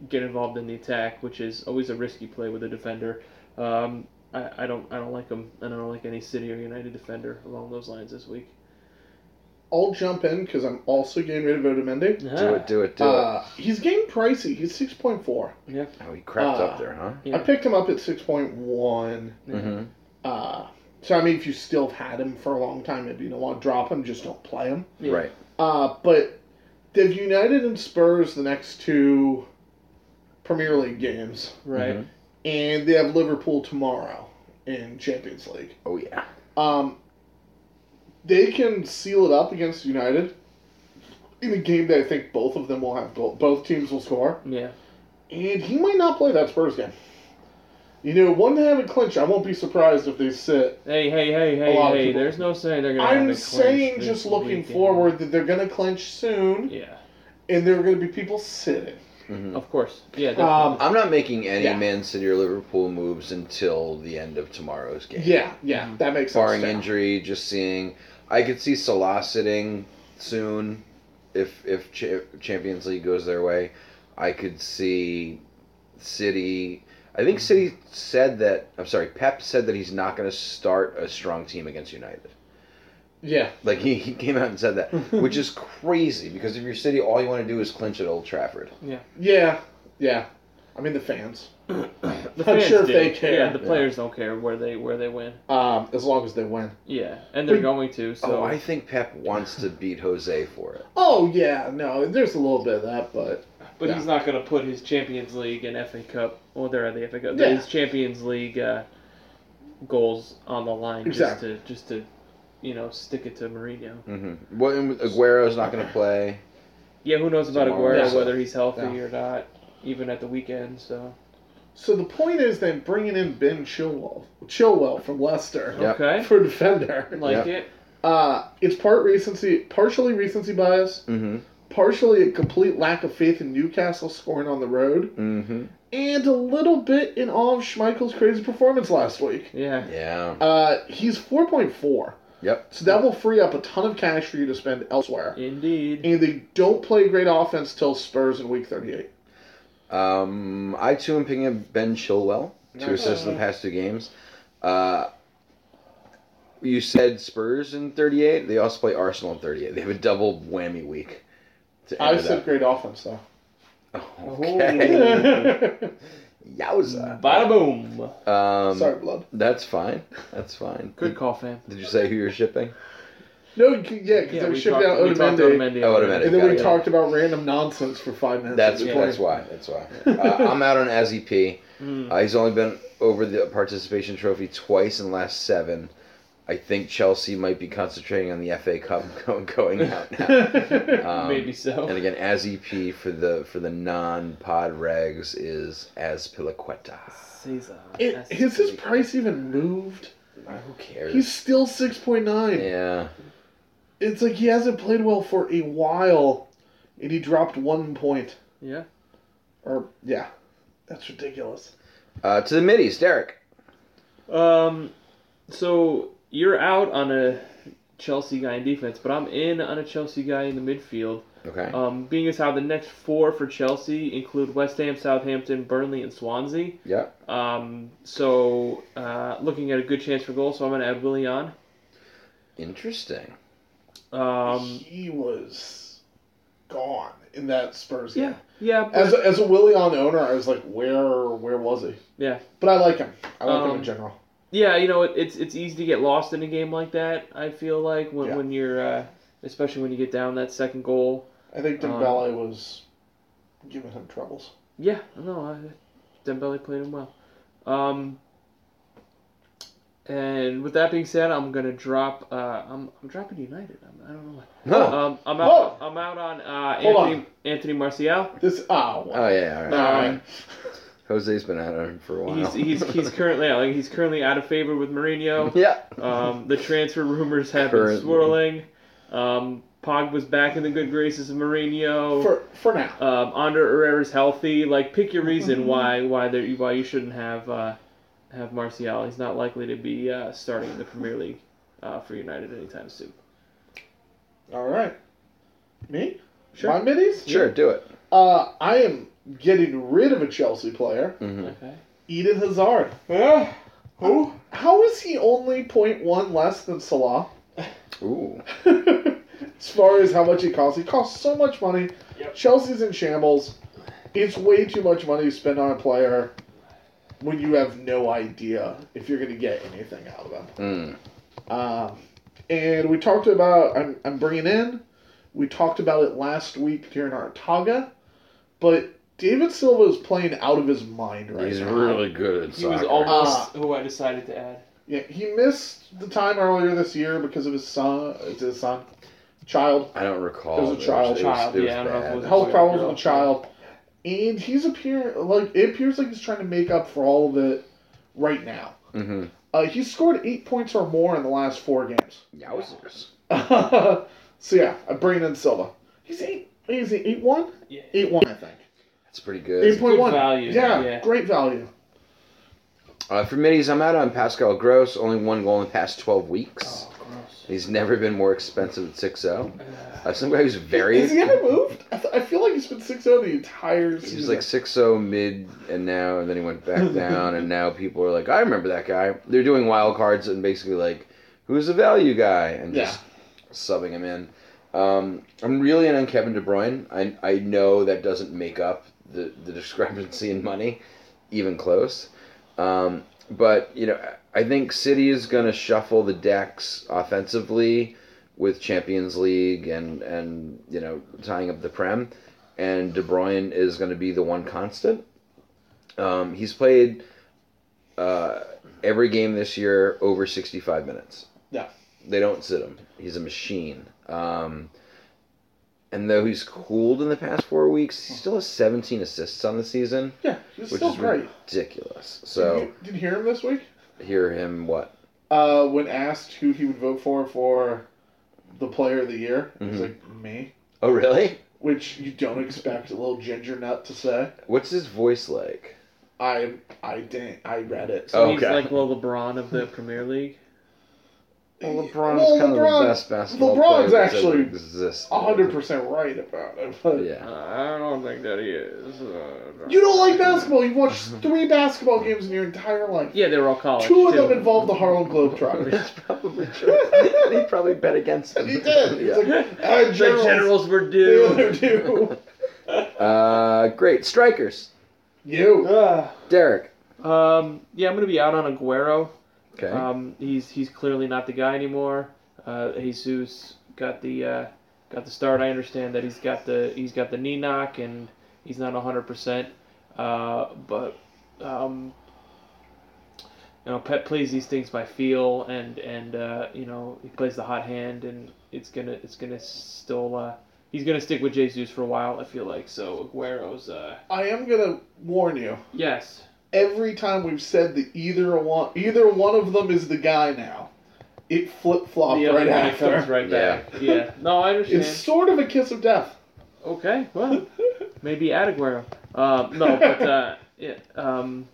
Speaker 3: get involved in the attack, which is always a risky play with a defender. Um, I, I don't I don't like them, and I don't like any City or United defender along those lines this week.
Speaker 2: I'll jump in because I'm also getting rid of Otamendi.
Speaker 3: Ah,
Speaker 1: Do it, do it, do
Speaker 2: Uh, he's getting pricey. He's six point four.
Speaker 3: Yeah.
Speaker 1: it. Oh, he crapped
Speaker 2: uh,
Speaker 1: up there, huh?
Speaker 3: Yeah.
Speaker 2: I picked him up at six point one.
Speaker 3: Yeah.
Speaker 1: Mm-hmm.
Speaker 2: Uh, so I mean, if you still have had him for a long time, if you don't want to drop him, just don't play him.
Speaker 3: Yeah.
Speaker 1: Right.
Speaker 2: Uh, but they've United and Spurs the next two Premier League games,
Speaker 3: Right.
Speaker 1: Mhm.
Speaker 2: and they have Liverpool tomorrow in Champions League.
Speaker 1: Oh yeah.
Speaker 2: Um, they can seal it up against United in a game that I think both of them will have goal. Both teams will score,
Speaker 3: Yeah.
Speaker 2: and he might not play that Spurs game. You know, one they haven't clinched. I won't be surprised if they sit.
Speaker 3: Hey, hey, hey, hey,
Speaker 2: lot of
Speaker 3: hey.
Speaker 2: people-
Speaker 3: There's no saying they're gonna. have a
Speaker 2: I'm
Speaker 3: clinch
Speaker 2: saying
Speaker 3: this
Speaker 2: just looking
Speaker 3: weekend.
Speaker 2: forward that they're going to clinch soon,
Speaker 3: Yeah.
Speaker 2: and there are going to be people sitting.
Speaker 1: Mhm.
Speaker 3: Of course. Yeah.
Speaker 2: Um,
Speaker 1: I'm not making any
Speaker 2: Yeah.
Speaker 1: Man City or Liverpool moves until the end of tomorrow's game.
Speaker 2: Yeah, yeah,
Speaker 3: Mhm.
Speaker 2: that makes
Speaker 1: Barring
Speaker 2: sense. now.
Speaker 1: injury, just seeing. I could see Salah sitting soon, if if Cha- Champions League goes their way. I could see City. I think City said that. I'm sorry. Pep said that he's not going to start a strong team against United.
Speaker 2: Yeah,
Speaker 1: Like he, he came out and said that, which is crazy because if you're City, all you want to do is clinch at Old Trafford.
Speaker 2: yeah, yeah. I mean the fans,
Speaker 3: The
Speaker 2: I'm
Speaker 3: fans
Speaker 2: sure if
Speaker 3: do.
Speaker 2: they care.
Speaker 3: Yeah, the
Speaker 1: Yeah.
Speaker 3: players don't care where they where they win.
Speaker 2: um, as long as they win.
Speaker 3: Yeah, and they're
Speaker 2: But-
Speaker 3: going to. So
Speaker 1: oh, I think Pep wants to beat Jose for it.
Speaker 2: Oh yeah, no, there's a little bit of that, but
Speaker 3: But
Speaker 2: Yeah.
Speaker 3: he's not going to put his Champions League and FA Cup, well, they're at the FA Cup,
Speaker 2: Yeah.
Speaker 3: his Champions League uh, goals on the line
Speaker 2: Exactly.
Speaker 3: just to just to you know stick it to Mourinho.
Speaker 1: Mm-hmm. Well, and Aguero's not going to play.
Speaker 3: Yeah, who knows about
Speaker 1: Tomorrow,
Speaker 3: Aguero
Speaker 2: yeah.
Speaker 3: whether he's healthy
Speaker 2: Yeah.
Speaker 3: or not, even at the weekend. So
Speaker 2: so the point is then bringing in Ben Chilwell, Chilwell from Leicester
Speaker 1: Yep.
Speaker 3: okay,
Speaker 2: for defender.
Speaker 3: like
Speaker 1: Yep.
Speaker 3: it.
Speaker 2: Uh, it's part recency, partially recency bias,
Speaker 1: Mm-hmm.
Speaker 2: partially a complete lack of faith in Newcastle scoring on the road,
Speaker 1: Mm-hmm.
Speaker 2: and a little bit in awe of Schmeichel's crazy performance last week.
Speaker 3: Yeah,
Speaker 1: Yeah.
Speaker 2: Uh, he's four point four.
Speaker 1: Yep.
Speaker 2: So that will free up a ton of cash for you to spend elsewhere.
Speaker 3: indeed.
Speaker 2: And they don't play great offense till Spurs in week 38.
Speaker 1: Um, I too am picking up Ben Chilwell to
Speaker 2: Nice.
Speaker 1: assist in the past two games. Uh, you said Spurs in 38. They also play Arsenal in 38. They have a double whammy week. To
Speaker 2: I
Speaker 1: end it
Speaker 2: said great offense, though.
Speaker 1: up. Okay. Yowza.
Speaker 3: Bada boom.
Speaker 1: Um,
Speaker 2: Sorry, Blood.
Speaker 1: That's fine. That's fine.
Speaker 3: Good call, fam.
Speaker 1: Did you say who you're shipping?
Speaker 2: No, you can- yeah, because
Speaker 3: Yeah,
Speaker 2: they were
Speaker 3: we
Speaker 2: shipping
Speaker 3: talked,
Speaker 2: out
Speaker 3: we talked
Speaker 2: Otamendi.
Speaker 3: Otamendi.
Speaker 1: Oh,
Speaker 3: already.
Speaker 1: Otamendi.
Speaker 2: And then we
Speaker 1: Yeah.
Speaker 2: talked about random nonsense for five minutes.
Speaker 1: That's
Speaker 2: at the
Speaker 3: Yeah.
Speaker 1: that's why.
Speaker 2: point.
Speaker 1: That's why. Uh, I'm out on Azep.
Speaker 3: Mm.
Speaker 1: Uh, he's only been over the participation trophy twice in the last seven. I think Chelsea might be concentrating on the FA Cup go- going out now. Um,
Speaker 3: Hmm. Maybe so.
Speaker 1: And again, Azep for the for the non pod regs is as Piliqueta.
Speaker 3: Caesar.
Speaker 2: It, has his price even moved?
Speaker 3: Uh,
Speaker 1: Who cares?
Speaker 2: He's still 6.9.
Speaker 1: yeah.
Speaker 2: It's like he hasn't played well for a while, and he dropped one point.
Speaker 3: Yeah.
Speaker 2: Or, yeah. That's ridiculous.
Speaker 1: Uh, to the middies, Derek.
Speaker 3: Um, so you're out on a Chelsea guy in defense, but I'm in on a Chelsea guy in the midfield.
Speaker 1: Okay.
Speaker 3: Um, being as how the next four for Chelsea include West Ham, Southampton, Burnley, and Swansea.
Speaker 1: yeah.
Speaker 3: Um, so uh, looking at a good chance for goal, so I'm going to add Willian.
Speaker 1: Interesting.
Speaker 3: Um,
Speaker 2: he was gone in that Spurs game.
Speaker 3: yeah, yeah, but,
Speaker 2: As a, as a Willie on owner, I was like, where where was he?
Speaker 3: yeah,
Speaker 2: But I like him. I like him
Speaker 3: Um,
Speaker 2: in general.
Speaker 3: yeah. You know, it, it's it's easy to get lost in a game like that. I feel like when
Speaker 2: Yeah.
Speaker 3: when you're, uh, especially when you get down that second goal.
Speaker 2: I think
Speaker 3: um,
Speaker 2: Dembele was giving him troubles.
Speaker 3: Yeah, no, I, Dembele played him well. Um, and with that being said, I'm gonna drop. Uh, I'm, I'm dropping United. I'm, I don't know. Why.
Speaker 1: Huh.
Speaker 3: Um, I'm out. I'm out on uh,
Speaker 2: Hold on.
Speaker 3: Anthony Anthony Martial.
Speaker 2: This oh,
Speaker 1: Oh yeah. All right.
Speaker 2: Nah.
Speaker 3: Um,
Speaker 1: Jose's been at him for a while.
Speaker 3: he's, he's he's currently like, he's currently out of favor with Mourinho.
Speaker 1: yeah.
Speaker 3: Um, the transfer rumors have been
Speaker 1: Currently.
Speaker 3: swirling. Um, Pogba's back in the good graces of Mourinho.
Speaker 2: for for now.
Speaker 3: um, Andre Herrera's healthy. Like, pick your reason why why there why you shouldn't have uh, have Martial. He's not likely to be uh, starting in the Premier League uh, for United anytime soon.
Speaker 2: All right, me
Speaker 3: Sure.
Speaker 2: my middies.
Speaker 1: Sure. Do it.
Speaker 2: Uh, I am getting rid of a Chelsea player,
Speaker 1: hmm
Speaker 3: Okay.
Speaker 2: Eden Hazard.
Speaker 3: Yeah. Who?
Speaker 2: How is he only 0.1 less than Salah?
Speaker 1: Ooh.
Speaker 2: as far as how much he costs, he costs so much money.
Speaker 3: Yep.
Speaker 2: Chelsea's in shambles. It's way too much money to spend on a player when you have no idea if you're going to get anything out of them.
Speaker 1: Mm.
Speaker 2: Um, and we talked about I'm, I'm bringing in. We talked about it last week during our Taga, but David Silva is playing out of his mind right
Speaker 1: He's
Speaker 2: now.
Speaker 1: really good at
Speaker 3: He was
Speaker 1: soccer.
Speaker 2: Ah.
Speaker 3: almost who I decided to add.
Speaker 2: Yeah, he missed the time earlier this year because of his son, it's his son, child
Speaker 1: I don't recall.
Speaker 2: It was a Oh.
Speaker 1: but
Speaker 2: child,
Speaker 1: it
Speaker 3: child,
Speaker 1: it
Speaker 3: yeah, I don't know if it
Speaker 1: bad.
Speaker 3: was-
Speaker 2: health problems
Speaker 3: Girl.
Speaker 2: with a child, and he's appear like it appears like he's trying to make up for all of it right now.
Speaker 1: Mhm.
Speaker 2: Uh, he's scored eight points or more in the last four games.
Speaker 1: Yowzers.
Speaker 2: so yeah, I'm bringing in Silva. He's eight. Is he eight one?
Speaker 3: Yeah.
Speaker 2: Eight one, I think.
Speaker 1: That's pretty good.
Speaker 2: Eight point one.
Speaker 3: value,
Speaker 2: Yeah,
Speaker 3: yeah.
Speaker 2: great value.
Speaker 1: Uh, for middies, I'm out on Pascal Gross. Only one goal in the past 12 weeks.
Speaker 3: Oh, gross.
Speaker 1: He's never been more expensive at 6 0. Uh, some guy who's very.
Speaker 2: Is he ever moved? I, th- I feel like he's been six zero the entire
Speaker 1: He
Speaker 2: season.
Speaker 1: was like 6 0 mid, and now, and then he went back down, and now people are like, I remember that guy. They're doing wild cards and basically like, who's the value guy? And just subbing him in. Um, I'm really in on Kevin De Bruyne. I, I know that doesn't make up the, the discrepancy in money, even close. Um, but, you know, I think City is going to shuffle the decks offensively with Champions League and, and you know, tying up the Prem and De Bruyne is going to be the one constant. Um, he's played uh, every game this year over 65 minutes.
Speaker 2: Yeah.
Speaker 1: They don't sit him. He's a machine. Um, and though he's cooled in the past four weeks, he still has 17 assists on the season,
Speaker 2: yeah, he's
Speaker 1: which
Speaker 2: still
Speaker 1: is
Speaker 2: great.
Speaker 1: ridiculous.
Speaker 2: did
Speaker 1: So
Speaker 2: you, did you hear him this week?
Speaker 1: hear him what?
Speaker 2: Uh, when asked who he would vote for for the player of the year, he's
Speaker 1: Mhm.
Speaker 2: like me,
Speaker 1: Oh, really?
Speaker 2: which you don't expect a little ginger nut to say.
Speaker 1: What's his voice like?
Speaker 2: I I didn't. I read it.
Speaker 3: So he's
Speaker 1: Oh, Okay.
Speaker 3: like well LeBron of the Premier League.
Speaker 1: Well, LeBron's
Speaker 2: Well,
Speaker 1: kind of
Speaker 2: LeBron-
Speaker 1: the best basketball player
Speaker 2: LeBron's
Speaker 1: that's ever
Speaker 2: actually
Speaker 1: existed.
Speaker 2: hundred percent right about it. But
Speaker 1: Yeah.
Speaker 3: Uh, I don't think that he is. Uh,
Speaker 2: you don't like basketball. You've watched three basketball games in your entire life.
Speaker 3: Yeah, they were all college.
Speaker 2: Two of
Speaker 3: too.
Speaker 2: them involved the Harlem Globetrotters.
Speaker 1: That's probably true. he probably bet against him.
Speaker 2: he did. He's
Speaker 1: Yeah.
Speaker 2: like, ah,
Speaker 3: The
Speaker 2: generals,
Speaker 3: generals were
Speaker 2: the
Speaker 3: due.
Speaker 2: other two.
Speaker 1: uh, great strikers.
Speaker 2: You.
Speaker 1: Derek.
Speaker 3: Um, yeah, I'm gonna be out on Aguero.
Speaker 1: Okay.
Speaker 3: Um, he's he's clearly not the guy anymore. Uh, Jesus got the uh, got the start. I understand that he's got the he's got the knee knock and he's not 100. percent uh, But um, you know, Pep plays these things by feel and and uh, you know he plays the hot hand and it's gonna it's gonna still uh, he's gonna stick with Jesus for a while. I feel like so Aguero's uh,
Speaker 2: I am gonna warn you.
Speaker 3: yes.
Speaker 2: Every time we've said that either one, either one of them is the guy now, it flip flopped
Speaker 3: The other
Speaker 2: right
Speaker 3: guy
Speaker 2: after.
Speaker 3: comes right back. Yeah. No, I understand.
Speaker 2: It's sort of a kiss of death.
Speaker 3: Okay, well, maybe Adeguero. Um, no, but uh, yeah, um,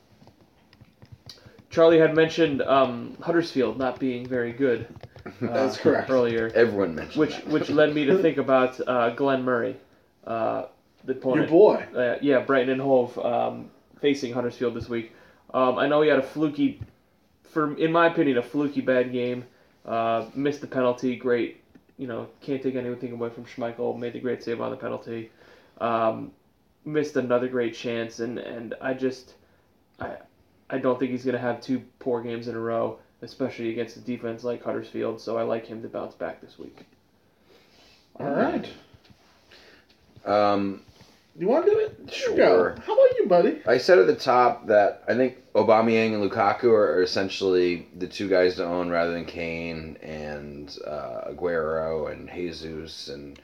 Speaker 3: Charlie had mentioned um, Huddersfield not being very good. uh,
Speaker 2: That's correct.
Speaker 3: Earlier,
Speaker 1: Everyone mentioned
Speaker 3: which
Speaker 1: that.
Speaker 3: which led me to think about uh, Glenn Murray, uh, the
Speaker 2: Your
Speaker 3: opponent.
Speaker 2: boy.
Speaker 3: Uh, yeah, Brighton and Hove um, facing Huddersfield this week. Um, I know he had a fluky, for in my opinion, a fluky bad game. Uh, missed the penalty, great. You know, can't take anything away from Schmeichel. Made the great save on the penalty. Um, missed another great chance, and and I just, I, I don't think he's gonna have two poor games in a row, especially against a defense like Huddersfield. So I like him to bounce back this week.
Speaker 2: All right.
Speaker 1: um,
Speaker 2: You want to do it? Here you go.
Speaker 1: Sure.
Speaker 2: How about you, buddy?
Speaker 1: I said at the top that I think Aubameyang and Lukaku are, are essentially the two guys to own rather than Kane and uh, Aguero and Jesus and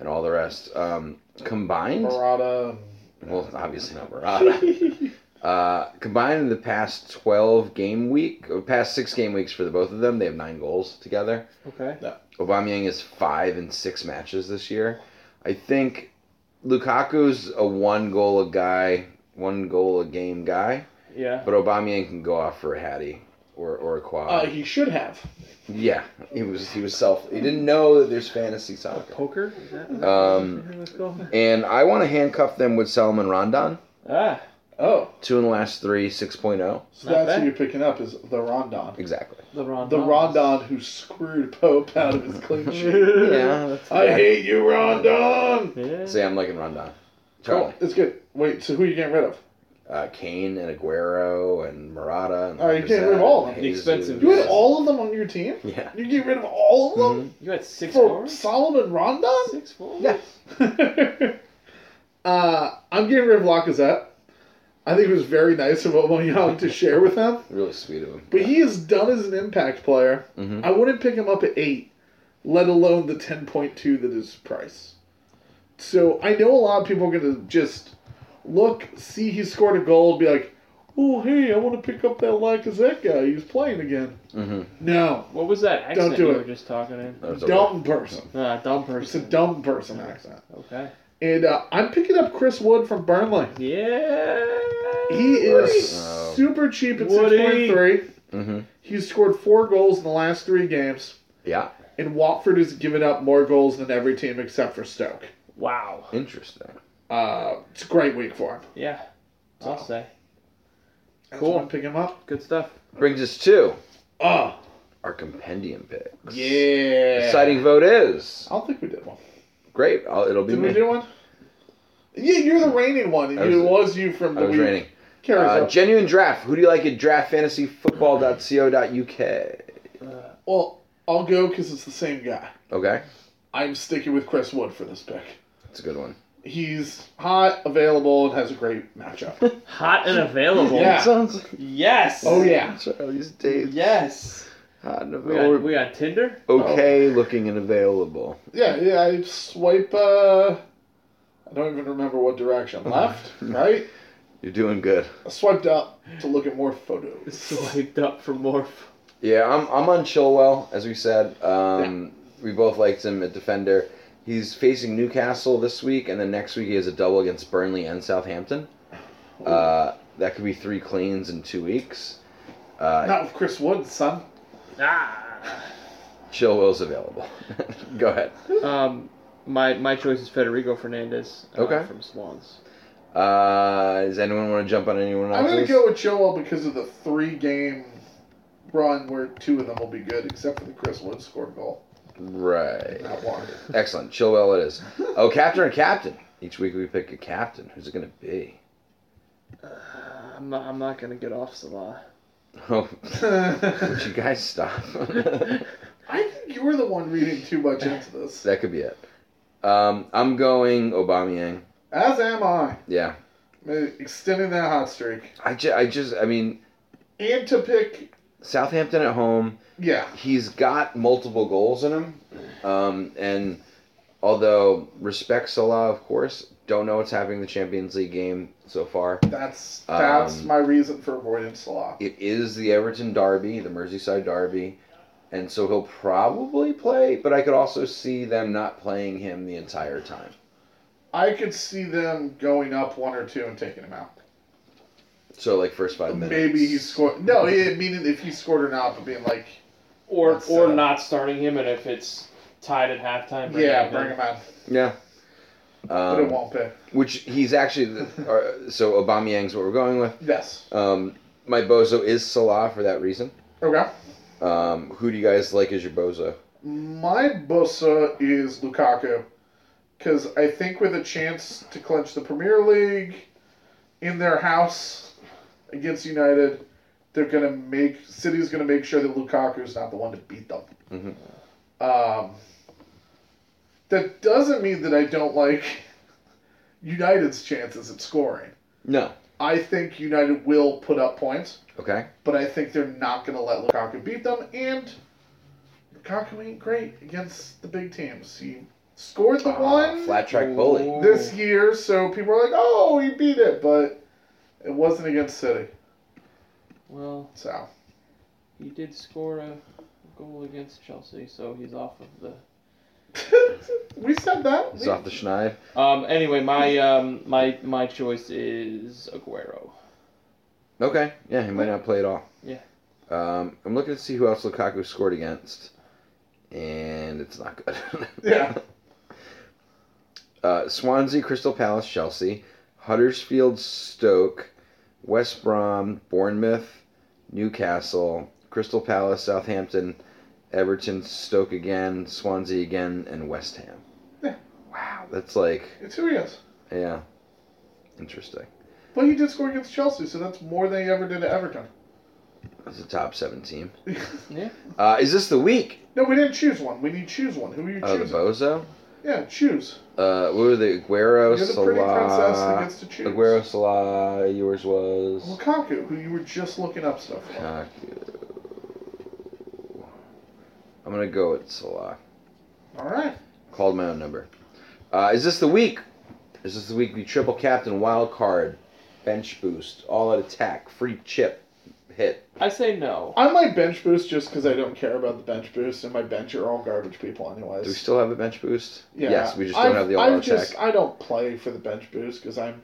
Speaker 1: and all the rest um, combined.
Speaker 2: Barada.
Speaker 1: Well, obviously not Murata. Uh, combined in the past 12 game week, or past six game weeks for the both of them, they have nine goals together.
Speaker 3: Okay.
Speaker 1: Aubameyang is five in six matches this year. I think Lukaku's a one goal a guy, one goal a game guy,
Speaker 3: Yeah.
Speaker 1: but Aubameyang can go off for a Hattie. or or a quad.
Speaker 2: Uh, he should have.
Speaker 1: yeah, he was he was self. He didn't know that there's fantasy soccer.
Speaker 3: Poker? Is that-
Speaker 1: Um,
Speaker 3: Let's go.
Speaker 1: and I want to handcuff them with Salomon Rondon.
Speaker 3: Ah,
Speaker 2: Oh,
Speaker 1: Two in the last three, 6.0.
Speaker 2: so
Speaker 3: Not
Speaker 2: that's
Speaker 3: bad.
Speaker 2: who you're picking up is the Rondon.
Speaker 1: Exactly.
Speaker 3: the Rondon.
Speaker 2: The Rondon who screwed Pope out of his clean sheet.
Speaker 1: Yeah. That's
Speaker 2: I hate you, Rondon.
Speaker 3: Yeah.
Speaker 1: See, I'm liking Rondon. Charlie.
Speaker 2: Cool. It's good. Wait, so who are you getting rid of?
Speaker 1: Uh, Kane and Aguero and Murata. And
Speaker 2: Oh, you can't
Speaker 1: Lacazette
Speaker 2: live all of
Speaker 1: and
Speaker 3: them. The
Speaker 1: Jesus.
Speaker 3: expensive-
Speaker 2: You had all of them on your team.
Speaker 1: Yeah.
Speaker 2: You get rid of all of them
Speaker 3: You had six
Speaker 2: for
Speaker 3: forwards?
Speaker 2: Solomon Rondon.
Speaker 3: Six forwards?
Speaker 1: Yeah.
Speaker 2: uh, I'm getting rid of Lacazette. I think it was very nice of Aubameyang to share with him,
Speaker 1: Really sweet of him.
Speaker 2: but he is done as an impact player.
Speaker 1: Mhm.
Speaker 2: I wouldn't pick him up at eight, let alone the ten point two that is his price. So I know a lot of people are gonna just look, see he scored a goal, and be like, "Oh hey, I want to pick up that Lacazette guy. He's playing again."
Speaker 1: Mm-hmm.
Speaker 2: No,
Speaker 3: What was that accent
Speaker 2: do
Speaker 3: you
Speaker 2: it.
Speaker 3: were just talking in?
Speaker 2: dumb person.
Speaker 3: Ah, dumb
Speaker 2: It's a
Speaker 3: person.
Speaker 2: dumb person accent.
Speaker 3: Okay.
Speaker 2: And uh, I'm picking up Chris Wood from Burnley.
Speaker 3: Yeah.
Speaker 2: He is
Speaker 1: Wow.
Speaker 2: super cheap at
Speaker 3: Woody.
Speaker 2: 6.3.
Speaker 1: Mm-hmm.
Speaker 2: He's scored four goals in the last three games,
Speaker 1: Yeah.
Speaker 2: and Watford has given up more goals than every team except for Stoke.
Speaker 3: Wow.
Speaker 1: Interesting.
Speaker 2: Uh, it's a great week for him.
Speaker 3: Yeah. I'll say.
Speaker 2: That's
Speaker 3: Cool.
Speaker 2: why I'm picking him up.
Speaker 3: Good stuff.
Speaker 1: Brings us to
Speaker 2: Oh,
Speaker 1: our compendium pick.
Speaker 2: yeah.
Speaker 1: Exciting vote is
Speaker 2: I don't think we did one.
Speaker 1: great. I'll, it'll be
Speaker 2: Did
Speaker 1: me.
Speaker 2: we do one? Yeah, you're the reigning one.
Speaker 1: I
Speaker 2: it
Speaker 1: was-
Speaker 2: was you from the
Speaker 1: I was
Speaker 2: week.
Speaker 1: raining.
Speaker 2: Carousel.
Speaker 1: Uh, genuine draft. Who do you like at draftfantasyfootball.co.uk?
Speaker 2: well, I'll go because it's the same guy.
Speaker 1: Okay,
Speaker 2: I'm sticking with Chris Wood for this pick.
Speaker 1: that's a good one.
Speaker 2: He's hot, available, and has a great matchup.
Speaker 3: Hot and available.
Speaker 2: Yeah.
Speaker 1: sounds
Speaker 3: Yes.
Speaker 2: Oh, yeah.
Speaker 1: Charlie's days.
Speaker 3: Yes.
Speaker 1: Hot and
Speaker 3: We got,
Speaker 1: available.
Speaker 3: we got Tinder.
Speaker 1: Okay, looking and available.
Speaker 2: yeah, yeah. I swipe. uh I don't even remember what direction.
Speaker 1: Uh-huh.
Speaker 2: Left, right.
Speaker 1: You're doing good.
Speaker 2: I swiped up to look at more photos.
Speaker 3: Swiped up for more.
Speaker 1: Yeah, I'm I'm on Chilwell as we said. Um, We both liked him at defender. He's facing Newcastle this week, and then next week he has a double against Burnley and Southampton. Uh, that could be three cleans in two weeks. Uh,
Speaker 2: Not with Chris Wood, son.
Speaker 3: Ah.
Speaker 1: Chilwell's available. Go ahead.
Speaker 3: Um, my my choice is Federico Fernandez. uh,
Speaker 1: Okay.
Speaker 3: From Swans.
Speaker 1: Uh, does anyone want to jump on anyone
Speaker 2: I'm
Speaker 1: else's?
Speaker 2: gonna go with Joel because of the three-game run where two of them will be good, except for the Chris Wood scored goal.
Speaker 1: Right.
Speaker 2: Not one.
Speaker 1: Excellent. Chilwell it is. Oh, captain or captain? Each week we pick a captain. Who's it going to be?
Speaker 3: Uh, I'm not, I'm not gonna get off Salah.
Speaker 1: Oh,
Speaker 2: I
Speaker 1: would you guys stop?
Speaker 2: think you're the one reading too much into this.
Speaker 1: that could be it. Um, I'm going Aubameyang.
Speaker 2: As am I.
Speaker 1: Yeah.
Speaker 2: Extending that hot streak.
Speaker 1: I, ju- I just, I mean,
Speaker 2: And to pick,
Speaker 1: Southampton at home,
Speaker 2: yeah.
Speaker 1: he's got multiple goals in him. Um, and although respect Salah, of course, don't know what's happening in the Champions League game so far.
Speaker 2: That's that's
Speaker 1: Um,
Speaker 2: my reason for avoiding Salah.
Speaker 1: It is the Everton Derby, the Merseyside Derby, and so he'll probably play, but I could also see them not playing him the entire time.
Speaker 2: I could see them going up one or two and taking him out.
Speaker 1: So like first five minutes.
Speaker 2: Maybe he scored. No, yeah, meaning if he scored or not, but being like,
Speaker 3: Or
Speaker 2: That's,
Speaker 3: or
Speaker 2: uh,
Speaker 3: not starting him, and if it's tied at halftime. bring
Speaker 2: yeah,
Speaker 3: him
Speaker 2: bring
Speaker 3: in.
Speaker 2: him out,
Speaker 1: Yeah.
Speaker 2: but it
Speaker 1: Um,
Speaker 2: won't pay.
Speaker 1: which he's actually the, uh, so Aubameyang's what we're going with.
Speaker 2: Yes.
Speaker 1: Um, my bozo is Salah for that reason.
Speaker 2: Okay.
Speaker 1: Um, who do you guys like as your bozo?
Speaker 2: My bossa is Lukaku, because I think with a chance to clinch the Premier League in their house against United, they're gonna make City's gonna make sure that Lukaku's not the one to beat them.
Speaker 1: Mhm.
Speaker 2: Um, that doesn't mean that I don't like United's chances at scoring.
Speaker 1: No.
Speaker 2: I think United will put up points,
Speaker 1: Okay.
Speaker 2: but I think they're not going to let Lukaku beat them. And Lukaku ain't great against the big teams. He scored the
Speaker 1: Ah,
Speaker 2: one
Speaker 1: flat track bully.
Speaker 3: Ooh.
Speaker 2: this year, so people are like, "Oh, he beat it," but it wasn't against City.
Speaker 3: Well,
Speaker 2: So
Speaker 3: he did score a goal against Chelsea, so he's off of the
Speaker 2: we said that.
Speaker 1: He's off the schneid.
Speaker 3: Um, anyway, my um, my my choice is Aguero.
Speaker 1: Okay. Yeah, he might not play at all.
Speaker 3: Yeah.
Speaker 1: Um, I'm looking to see who else Lukaku scored against, and it's not good.
Speaker 2: Yeah.
Speaker 1: Uh, Swansea, Crystal Palace, Chelsea, Huddersfield, Stoke, West Brom, Bournemouth, Newcastle, Crystal Palace, Southampton, Everton, Stoke again, Swansea again, and West Ham.
Speaker 2: Yeah.
Speaker 1: Wow, that's like
Speaker 2: It's who he is.
Speaker 1: yeah, interesting.
Speaker 2: But he did score against Chelsea, so that's more than he ever did at Everton.
Speaker 1: It's a top seven team.
Speaker 3: Yeah.
Speaker 1: Uh, is this the week?
Speaker 2: no, we didn't choose one. We need to choose one. Who are you
Speaker 1: Oh, the
Speaker 2: choosing?
Speaker 1: Bozo.
Speaker 2: yeah, choose.
Speaker 1: Uh, what were the Aguero,
Speaker 2: You're the pretty princess that
Speaker 1: Salah,
Speaker 2: gets to choose.
Speaker 1: Aguero, Salah. Yours was.
Speaker 2: Lukaku, who you were just looking up stuff for.
Speaker 1: Lukaku. I'm gonna go with Salah.
Speaker 2: All right.
Speaker 1: Called my own number. Uh, is this the week? Is this the week we triple captain, wild card, bench boost, all out attack, free chip, hit?
Speaker 3: I say no.
Speaker 2: I might bench boost just because I don't care about the bench boost, and my bench are all garbage people, anyways.
Speaker 1: Do we still have a bench boost?
Speaker 2: Yeah.
Speaker 1: Yes, we just don't
Speaker 2: I've-
Speaker 1: have the all
Speaker 2: I've
Speaker 1: out attack.
Speaker 2: just- I don't play for the bench boost because I'm.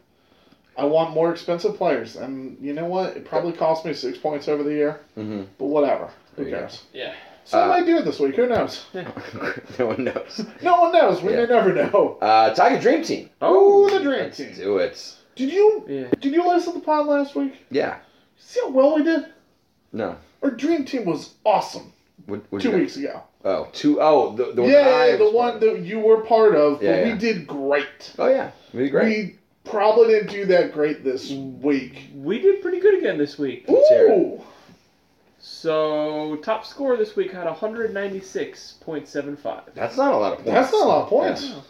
Speaker 2: I want more expensive players, and you know what? It probably cost me six points over the year,
Speaker 1: hmm
Speaker 2: but whatever. Who
Speaker 1: There you go.
Speaker 2: cares?
Speaker 3: Yeah.
Speaker 2: So
Speaker 1: Uh,
Speaker 2: I might do it this week. Who knows?
Speaker 1: no one knows.
Speaker 2: No one knows. We
Speaker 1: Yeah.
Speaker 2: may never know.
Speaker 1: Uh, Tiger Dream Team.
Speaker 2: Oh, the dream
Speaker 1: Let's
Speaker 2: team.
Speaker 1: do it.
Speaker 2: Did you
Speaker 3: Yeah.
Speaker 2: did you listen to the pod last week?
Speaker 1: Yeah.
Speaker 2: See how well we did?
Speaker 1: No.
Speaker 2: Our dream team was awesome
Speaker 1: What, what
Speaker 2: two weeks ago.
Speaker 1: Oh, two. Oh, the, the one. that I
Speaker 2: yeah, the
Speaker 1: was
Speaker 2: one
Speaker 1: playing.
Speaker 2: that you were part of, but
Speaker 1: Yeah, yeah.
Speaker 2: we did great.
Speaker 1: Oh yeah, we did great.
Speaker 2: We probably didn't do that great this week.
Speaker 3: We did pretty good again this week.
Speaker 1: Let's hear it.
Speaker 2: Ooh.
Speaker 3: So top scorer this week had 196.75.
Speaker 1: That's not a lot of points.
Speaker 2: That's not a lot of points.
Speaker 3: Yeah.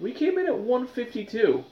Speaker 3: We came in at 152,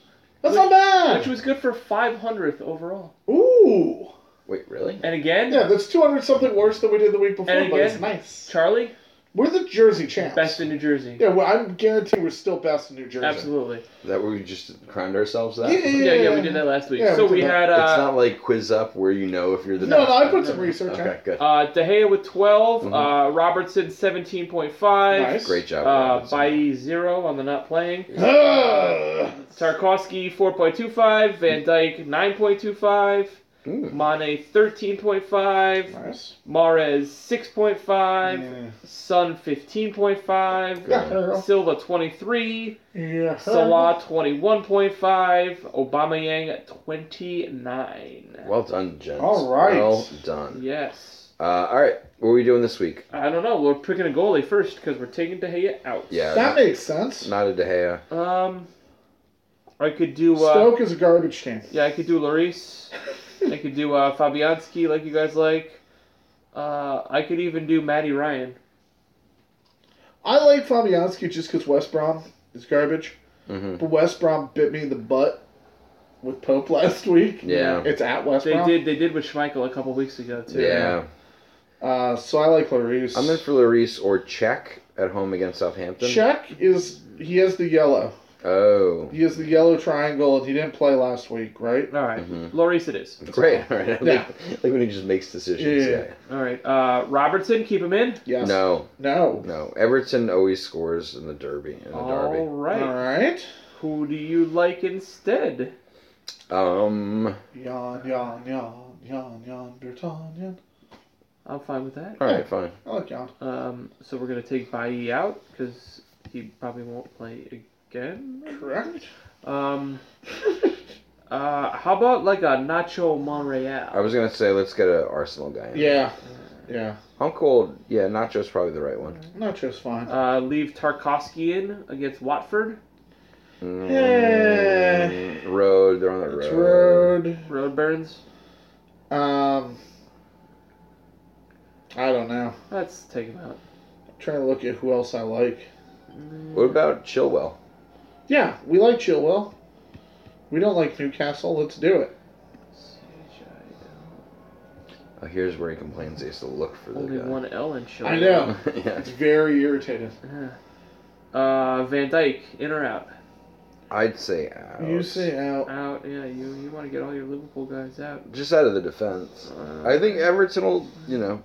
Speaker 2: That's not bad.
Speaker 3: which was good for 500th overall.
Speaker 2: Ooh.
Speaker 1: Wait, really?
Speaker 3: And again,
Speaker 2: Yeah, that's 200 something worse than we did the week before,
Speaker 3: And
Speaker 2: but it's
Speaker 3: again-
Speaker 2: nice.
Speaker 3: Charlie,
Speaker 2: We're the Jersey champs.
Speaker 3: best in New Jersey.
Speaker 2: yeah, well, I'm guaranteed we're still best in New Jersey.
Speaker 3: Absolutely.
Speaker 1: Is that where we just crowned ourselves? That.
Speaker 2: Yeah, yeah,
Speaker 3: Yeah, yeah, we did that last week.
Speaker 2: Yeah,
Speaker 3: so
Speaker 2: we
Speaker 3: we
Speaker 2: did
Speaker 3: had
Speaker 1: it's
Speaker 3: uh,
Speaker 1: not like quiz up where you know if you're the.
Speaker 2: No,
Speaker 1: best.
Speaker 2: no, I put some
Speaker 3: no.
Speaker 2: research on
Speaker 1: Okay,
Speaker 2: it.
Speaker 1: good.
Speaker 3: uh, De Gea with 12,
Speaker 1: Mhm.
Speaker 3: uh, Robertson 17.5,
Speaker 2: Mm-hmm. Nice.
Speaker 1: Great job.
Speaker 3: uh,
Speaker 1: Robinson.
Speaker 3: Bailly 0 on the not playing,
Speaker 2: Ugh.
Speaker 3: Tarkovsky 4.25, Van
Speaker 2: Mm-hmm.
Speaker 3: Dyke 9.25,
Speaker 1: Ooh,
Speaker 3: Mane 13.5,
Speaker 2: Nice.
Speaker 3: Mares 6.5,
Speaker 2: Yeah.
Speaker 3: Sun 15.5,
Speaker 1: Good.
Speaker 2: Yeah, girl.
Speaker 3: Silva 23,
Speaker 2: Yeah.
Speaker 3: Salah 21.5, Aubameyang 29.
Speaker 1: well done, gents.
Speaker 2: All right.
Speaker 1: Well done.
Speaker 3: Yes.
Speaker 1: Uh, all right, what are we doing this week?
Speaker 3: I don't know. We're picking a goalie first because we're taking De Gea out.
Speaker 1: Yeah,
Speaker 2: That
Speaker 1: not,
Speaker 2: makes sense.
Speaker 1: not a De Gea.
Speaker 3: Um, I could do. Uh,
Speaker 2: Stoke is a garbage team.
Speaker 3: Yeah, I could do Lloris. I could do uh, Fabianski, like you guys like. Uh, I could even do Matty Ryan.
Speaker 2: I like Fabianski just because West Brom is garbage.
Speaker 1: hmm
Speaker 2: But West Brom bit me in the butt with Pope last week.
Speaker 1: Yeah.
Speaker 2: It's at West
Speaker 3: They
Speaker 2: Brom.
Speaker 3: did. They did with Schmeichel a couple weeks ago too.
Speaker 1: Yeah,
Speaker 2: Uh, so I like Larice.
Speaker 1: I'm in for Lloris or Czech at home against Southampton.
Speaker 2: Check is he has the yellow.
Speaker 1: Oh,
Speaker 2: He has the yellow triangle, and he didn't play last week, right?
Speaker 3: All right.
Speaker 1: Mhm.
Speaker 3: Lloris it is.
Speaker 1: great. All right, I
Speaker 2: Yeah.
Speaker 1: like, like when he just makes decisions.
Speaker 2: Yeah.
Speaker 1: Yeah.
Speaker 3: All right. Uh, Robertson, keep him in.
Speaker 2: Yes.
Speaker 1: No,
Speaker 2: No.
Speaker 1: no. Everton always scores in the derby. In the
Speaker 3: All right.
Speaker 2: All right.
Speaker 3: Who do you like instead?
Speaker 1: derby.
Speaker 2: Oh.
Speaker 1: Um.
Speaker 2: Yon yon yon yon yon Bertanian.
Speaker 3: I'm fine with that.
Speaker 1: All right, fine.
Speaker 2: I like yon.
Speaker 3: Um, so we're gonna take Bailly out because he probably won't play again.
Speaker 2: Correct.
Speaker 3: Um, uh, how about like a Nacho Monreal?
Speaker 1: I was gonna say let's get an Arsenal guy. In.
Speaker 2: Yeah. Yeah.
Speaker 1: I'm cold. Yeah, Nacho's probably the right one.
Speaker 2: Not just fine.
Speaker 3: Uh, leave Tarkovsky in against Watford.
Speaker 1: Mm,
Speaker 2: Yeah.
Speaker 1: Road. They're on the
Speaker 2: It's
Speaker 1: road.
Speaker 2: road.
Speaker 3: Road burns.
Speaker 2: Um. I don't know.
Speaker 3: Let's take him out.
Speaker 2: trying to look at who else I like.
Speaker 1: What about Chilwell?
Speaker 2: Yeah, we like Chilwell. We don't like Newcastle. Let's do it.
Speaker 1: Oh, here's where he complains. He has to look for the
Speaker 3: Only
Speaker 1: guy.
Speaker 3: one L in show.
Speaker 2: I know.
Speaker 1: yeah.
Speaker 2: It's very irritating.
Speaker 3: Uh, Van Dyke, in or out?
Speaker 1: I'd say out.
Speaker 2: You say out.
Speaker 3: Out. Yeah, you you want to get all your Liverpool guys out.
Speaker 1: Just out of the defense.
Speaker 3: Uh,
Speaker 1: I think Everton will, you know,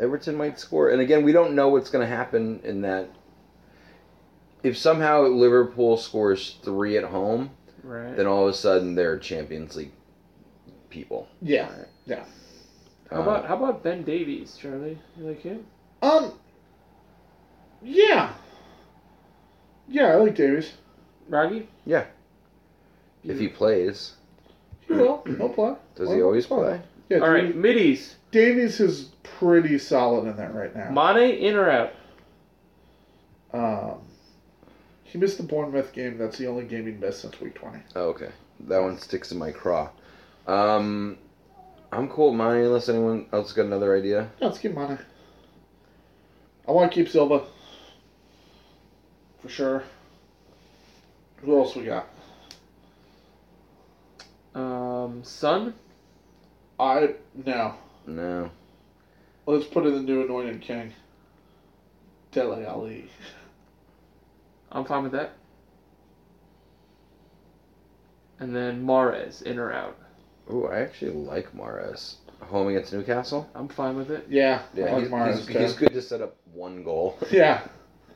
Speaker 1: Everton might score. And again, we don't know what's going to happen in that. If somehow Liverpool scores three at home,
Speaker 3: right.
Speaker 1: then all of a sudden they're Champions League people.
Speaker 2: Yeah.
Speaker 3: How
Speaker 1: Um, Uh,
Speaker 3: about how about Ben Davies, Charlie? You like him?
Speaker 2: Um. Yeah. Yeah, I like Davies.
Speaker 3: Rocky?
Speaker 1: Yeah. If he plays,
Speaker 2: He will. He'll play.
Speaker 1: does
Speaker 2: Well,
Speaker 1: he always
Speaker 2: he'll
Speaker 1: play?
Speaker 2: Yeah.
Speaker 3: All right,
Speaker 2: Davies-
Speaker 3: middies.
Speaker 2: Davies is pretty solid in that right now.
Speaker 3: Mane in or out?
Speaker 2: um. He missed the Bournemouth game. That's the only game he missed since week twenty.
Speaker 1: Oh, okay. That one sticks in my craw. Um, I'm cool with Monty unless anyone else got another idea.
Speaker 2: Yeah, let's keep Mane. I want to keep Silva. For sure. Who else we got?
Speaker 3: Um, Son.
Speaker 2: I no.
Speaker 1: No.
Speaker 2: Let's put in the new anointed king. Dele Ali.
Speaker 3: I'm fine with that. And then Mares in or out?
Speaker 1: Ooh, I actually like Mares. Home against Newcastle.
Speaker 3: I'm fine with it.
Speaker 2: Yeah. I
Speaker 1: Yeah,
Speaker 2: like
Speaker 1: he's,
Speaker 2: Mahrez,
Speaker 1: he's,
Speaker 2: too.
Speaker 1: he's good to set up one goal.
Speaker 2: Yeah.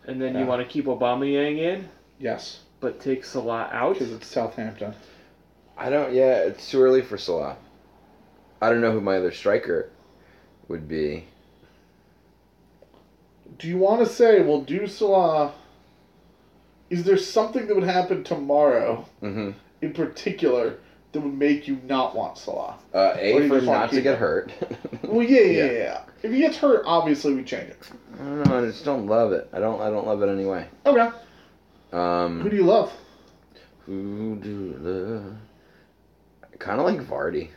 Speaker 3: And then
Speaker 2: Yeah.
Speaker 3: you want to keep Aubameyang in,
Speaker 2: Yes.
Speaker 3: but take Salah out.
Speaker 2: Because it's Southampton.
Speaker 1: I don't. Yeah, it's too early for Salah. I don't know who my other striker would be.
Speaker 2: Do you want to say we'll do Salah? Is there something that would happen tomorrow
Speaker 1: Mm-hmm.
Speaker 2: in particular that would make you not want Salah?
Speaker 1: Uh,
Speaker 2: Or do
Speaker 1: a
Speaker 2: you
Speaker 1: for him
Speaker 2: just wanna
Speaker 1: not to
Speaker 2: keep
Speaker 1: get
Speaker 2: him?
Speaker 1: hurt.
Speaker 2: Well, yeah, yeah,
Speaker 1: Yeah.
Speaker 2: yeah. yeah. If he gets hurt, obviously we change it.
Speaker 1: I don't know. I just don't love it. I don't. I don't love it anyway.
Speaker 2: Okay.
Speaker 1: Um,
Speaker 2: Who do you love?
Speaker 1: Who do Kind of like Vardy.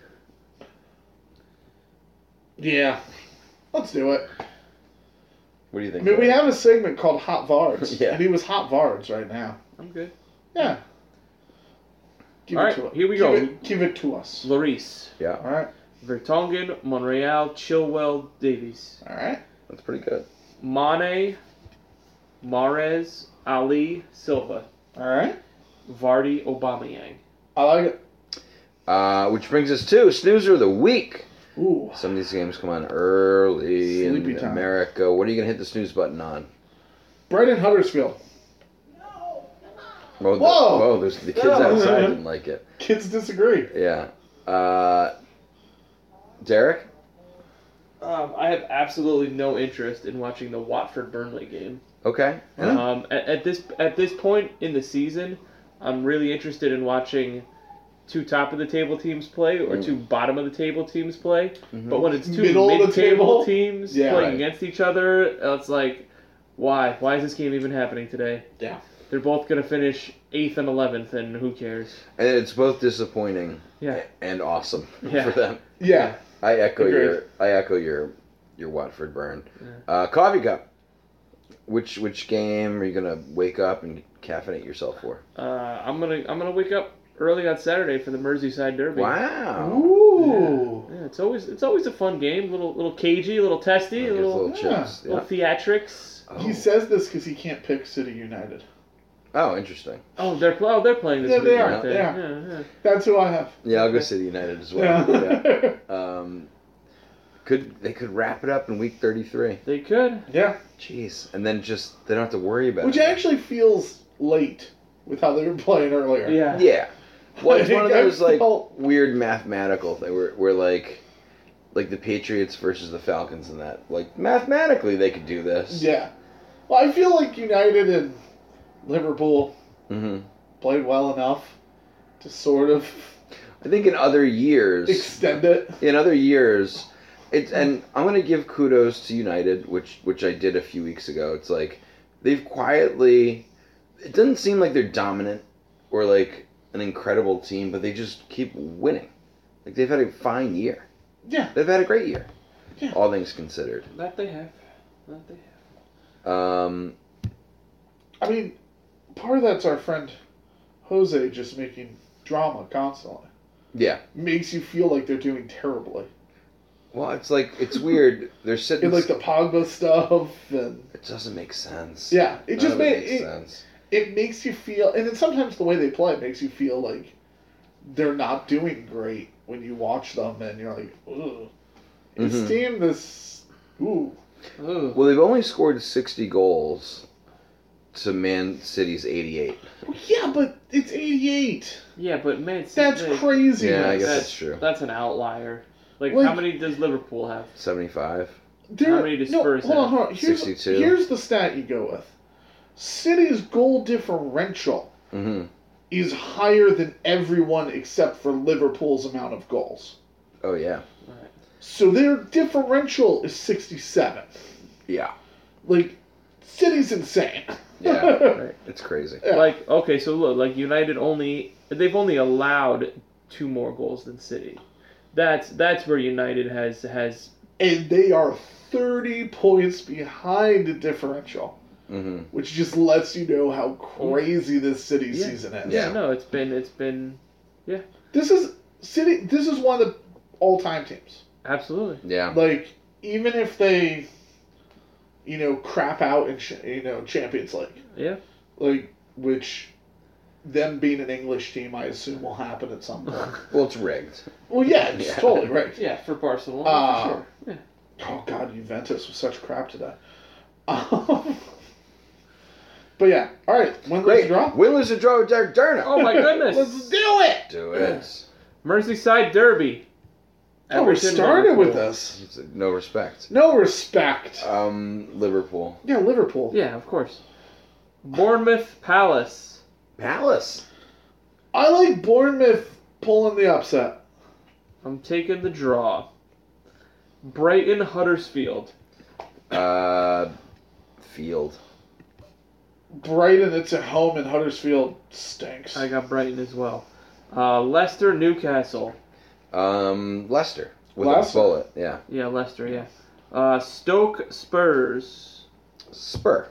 Speaker 2: Yeah. Let's do it.
Speaker 1: What do you
Speaker 2: I
Speaker 1: think?
Speaker 2: mean, we
Speaker 1: Joey?
Speaker 2: have a segment called Hot Vards.
Speaker 1: Yeah.
Speaker 2: And he was Hot Vards right now.
Speaker 3: I'm good.
Speaker 2: Yeah. Give
Speaker 3: All
Speaker 2: it
Speaker 3: right,
Speaker 2: to us.
Speaker 3: here we
Speaker 2: Give
Speaker 3: go.
Speaker 2: It, give it to us.
Speaker 3: Lloris,
Speaker 1: Yeah,
Speaker 2: All right.
Speaker 3: Vertonghen, Monreal, Chilwell, Davies,
Speaker 2: All right.
Speaker 1: that's pretty good.
Speaker 3: Mane, Mares, Ali, Silva,
Speaker 2: All right.
Speaker 3: Vardy, Aubameyang.
Speaker 2: I like it.
Speaker 1: Uh, which brings us to snoozer of the week.
Speaker 2: Ooh.
Speaker 1: Some of these games come on early
Speaker 2: Sleepy
Speaker 1: in
Speaker 2: time.
Speaker 1: America. What are you gonna hit the snooze button on?
Speaker 2: Brighton Huddersfield.
Speaker 1: Oh, the,
Speaker 2: Whoa!
Speaker 1: whoa! There's the kids
Speaker 2: No.
Speaker 1: outside didn't like it.
Speaker 2: Kids disagree.
Speaker 1: Yeah. Uh, Derek.
Speaker 3: Um, I have absolutely no interest in watching the Watford Burnley game.
Speaker 1: Okay. Yeah.
Speaker 3: Um, at, at this at this point in the season, I'm really interested in watching two top of the table teams play or
Speaker 1: Mm.
Speaker 3: two bottom of the table teams play.
Speaker 1: Mm-hmm.
Speaker 3: But when it's two
Speaker 2: Middle of the
Speaker 3: mid table
Speaker 2: table?
Speaker 3: teams
Speaker 2: Yeah.
Speaker 3: playing
Speaker 1: Right.
Speaker 3: against each other, it's like, why? Why is this game even happening today?
Speaker 2: Yeah.
Speaker 3: They're both gonna finish eighth and eleventh, and who cares?
Speaker 1: And it's both disappointing
Speaker 3: Yeah.
Speaker 1: and awesome
Speaker 3: Yeah.
Speaker 1: for them.
Speaker 2: Yeah.
Speaker 1: I echo
Speaker 2: Agreed.
Speaker 1: your I echo your your Watford burn.
Speaker 3: Yeah.
Speaker 1: Uh, coffee cup. Which which game are you gonna wake up and caffeinate yourself for?
Speaker 3: Uh, I'm gonna I'm gonna wake up early on Saturday for the Merseyside Derby.
Speaker 1: Wow.
Speaker 2: Ooh.
Speaker 3: Yeah, it's always it's always a fun game. Little little cagey, little testy,
Speaker 1: Gives
Speaker 3: little
Speaker 1: little
Speaker 3: little,
Speaker 2: yeah.
Speaker 1: chips. Yeah.
Speaker 3: theatrics.
Speaker 1: Oh.
Speaker 2: He says this because he can't pick City United.
Speaker 1: Oh, interesting.
Speaker 3: Oh, they're pl- oh they're playing this
Speaker 2: Yeah,
Speaker 3: week.
Speaker 2: they
Speaker 1: are,
Speaker 3: aren't they?
Speaker 2: they are.
Speaker 3: Yeah, yeah.
Speaker 2: That's who I have.
Speaker 1: Yeah, I'll go City United as well.
Speaker 2: Yeah.
Speaker 1: Yeah.
Speaker 2: Yeah.
Speaker 1: Um, could they could wrap it up in week thirty three?
Speaker 3: They could.
Speaker 1: Jeez, and then just they don't have to worry about
Speaker 2: Which
Speaker 1: it.
Speaker 2: actually feels late with how they were playing earlier.
Speaker 3: Yeah.
Speaker 1: Yeah. Well, it's one of
Speaker 2: I
Speaker 1: those like
Speaker 2: felt-
Speaker 1: weird mathematical thing where, where like like the Patriots versus the Falcons and that like mathematically they could do this.
Speaker 2: Yeah. Well, I feel like United and Liverpool
Speaker 1: hmm
Speaker 2: played well enough to sort of
Speaker 1: I think in other years,
Speaker 2: extend it.
Speaker 1: in other years, it's and I'm gonna give kudos to United, which which I did a few weeks ago. It's like they've quietly, it doesn't seem like they're dominant or like an incredible team, but they just keep winning. Like they've had a fine year.
Speaker 2: Yeah.
Speaker 1: They've had a great year,
Speaker 2: Yeah.
Speaker 1: all things considered.
Speaker 3: That they have. That they have.
Speaker 1: Um,
Speaker 2: I mean, part of that's our friend Jose just making drama constantly.
Speaker 1: yeah.
Speaker 2: Makes you feel like they're doing terribly.
Speaker 1: Well, it's like it's weird. They're sitting.
Speaker 2: And like the Pogba stuff and
Speaker 1: it doesn't make sense.
Speaker 2: yeah, it
Speaker 1: None
Speaker 2: just
Speaker 1: of
Speaker 2: made
Speaker 1: makes
Speaker 2: it,
Speaker 1: sense.
Speaker 2: it makes you feel and then sometimes the way they play it makes you feel like they're not doing great when you watch them and you're like, ooh. This
Speaker 1: Mhm.
Speaker 2: team this ooh.
Speaker 3: Ooh.
Speaker 1: Well, they've only scored 60 goals to Man City's 88.
Speaker 2: Well, Yeah, but it's eighty eight.
Speaker 3: Yeah, but man, it's
Speaker 2: That's
Speaker 3: like-
Speaker 2: crazy.
Speaker 1: Yeah, I guess
Speaker 3: That's-
Speaker 1: that's true.
Speaker 3: That's an outlier. Like,
Speaker 2: Like-
Speaker 3: how many does Liverpool have?
Speaker 1: 75.
Speaker 2: There,
Speaker 3: How many does
Speaker 2: no,
Speaker 3: Spurs
Speaker 2: hold on,
Speaker 3: have?
Speaker 2: hold on. Here's,
Speaker 1: 62.
Speaker 2: here's the stat you go with. City's goal differential
Speaker 1: Mm-hmm.
Speaker 2: is higher than everyone except for Liverpool's amount of goals.
Speaker 1: Oh, yeah.
Speaker 2: So their differential is 67.
Speaker 1: Yeah.
Speaker 2: Like, City's insane.
Speaker 1: Yeah.
Speaker 3: Right.
Speaker 1: It's crazy.
Speaker 2: Yeah.
Speaker 3: Like, okay, so look, like United only they've only allowed two more goals than City. That's that's where United has has
Speaker 2: and they are 30 points behind the differential,
Speaker 1: Mm-hmm.
Speaker 2: which just lets you know how crazy this City
Speaker 3: Yeah.
Speaker 2: season is.
Speaker 1: Yeah.
Speaker 3: no, it's been it's been
Speaker 2: This is City. This is one of the all-time teams.
Speaker 3: absolutely
Speaker 1: Yeah.
Speaker 2: Like, even if they, you know, crap out in cha- you know Champions League,
Speaker 3: yeah.
Speaker 2: like which them being an English team, I assume will happen at some point.
Speaker 1: Well, it's rigged.
Speaker 2: well, yeah, it's
Speaker 1: Yeah.
Speaker 2: totally right.
Speaker 3: Yeah, for Barcelona
Speaker 1: Ah.
Speaker 2: Uh,
Speaker 3: for sure. Yeah.
Speaker 2: Oh God, Juventus was such crap today. Um, but yeah, all right, win, lose,
Speaker 1: Great.
Speaker 2: draw.
Speaker 1: Win, lose, or draw with Derek Derna.
Speaker 3: Oh my
Speaker 2: Let's
Speaker 3: goodness.
Speaker 2: do it.
Speaker 1: Do it.
Speaker 3: Merseyside Derby.
Speaker 2: Oh, we
Speaker 3: Everton,
Speaker 2: started
Speaker 3: Liverpool. Uh,
Speaker 2: with this.
Speaker 1: It's No respect.
Speaker 2: No respect.
Speaker 1: Um, Liverpool.
Speaker 2: yeah, Liverpool.
Speaker 3: Yeah, of course. Bournemouth Palace.
Speaker 1: Palace.
Speaker 2: I like Bournemouth pulling the upset.
Speaker 3: I'm taking the draw. Brighton Huddersfield.
Speaker 1: Uh, Field.
Speaker 2: Brighton, it's at home, and Huddersfield stinks.
Speaker 3: I got Brighton as well. Uh, Leicester Newcastle.
Speaker 1: Um, Leicester. With
Speaker 2: Leicester.
Speaker 1: a bullet. Yeah.
Speaker 3: Yeah, Leicester. Yeah. Uh, Stoke Spurs.
Speaker 1: Spur.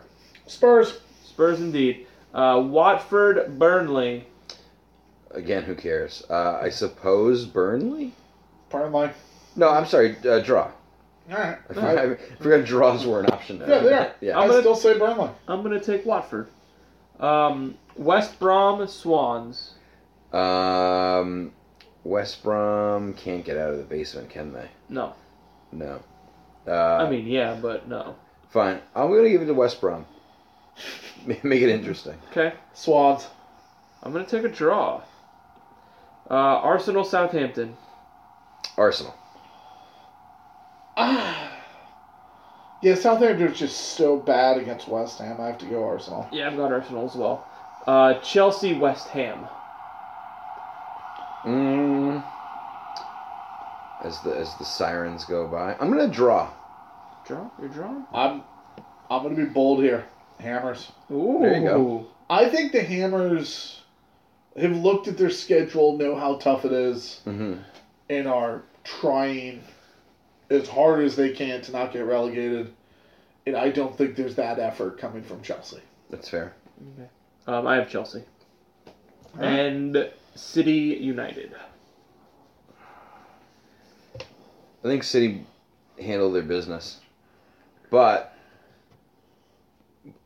Speaker 2: Spurs.
Speaker 3: Spurs indeed. Uh, Watford Burnley.
Speaker 1: Again, who cares? Uh, I suppose Burnley?
Speaker 2: Burnley.
Speaker 1: No, I'm sorry. Uh, draw.
Speaker 2: All right.
Speaker 1: I forgot, I forgot draws were an option.
Speaker 2: Yeah, they are.
Speaker 1: Yeah.
Speaker 2: I
Speaker 3: I'm gonna-
Speaker 2: still say Burnley.
Speaker 3: I'm gonna take Watford. Um, West Brom Swans.
Speaker 1: Um, West Brom can't get out of the basement, can they?
Speaker 3: No,
Speaker 1: No. Uh,
Speaker 3: I mean yeah, but no.
Speaker 1: fine. I'm gonna give it to West Brom. Make it interesting.
Speaker 3: Okay,
Speaker 2: Swans.
Speaker 3: I'm gonna take a draw. Uh, Arsenal Southampton.
Speaker 1: Arsenal.
Speaker 2: Ah. Yeah, Southampton's just so bad against West Ham. I have to go Arsenal.
Speaker 3: Yeah, I've got Arsenal as well. Uh, Chelsea West Ham.
Speaker 1: Mm. As the as the sirens go by, I'm gonna draw.
Speaker 3: Draw? You're drawing?
Speaker 2: I'm, I'm gonna be bold here. Hammers.
Speaker 3: Ooh.
Speaker 1: There you go.
Speaker 2: I think the Hammers have looked at their schedule, know how tough it is,
Speaker 1: hmm
Speaker 2: and are trying as hard as they can to not get relegated. And I don't think there's that effort coming from Chelsea.
Speaker 1: That's fair.
Speaker 3: Um, I have Chelsea.
Speaker 2: All right.
Speaker 3: And City United.
Speaker 1: I think City handled their business, but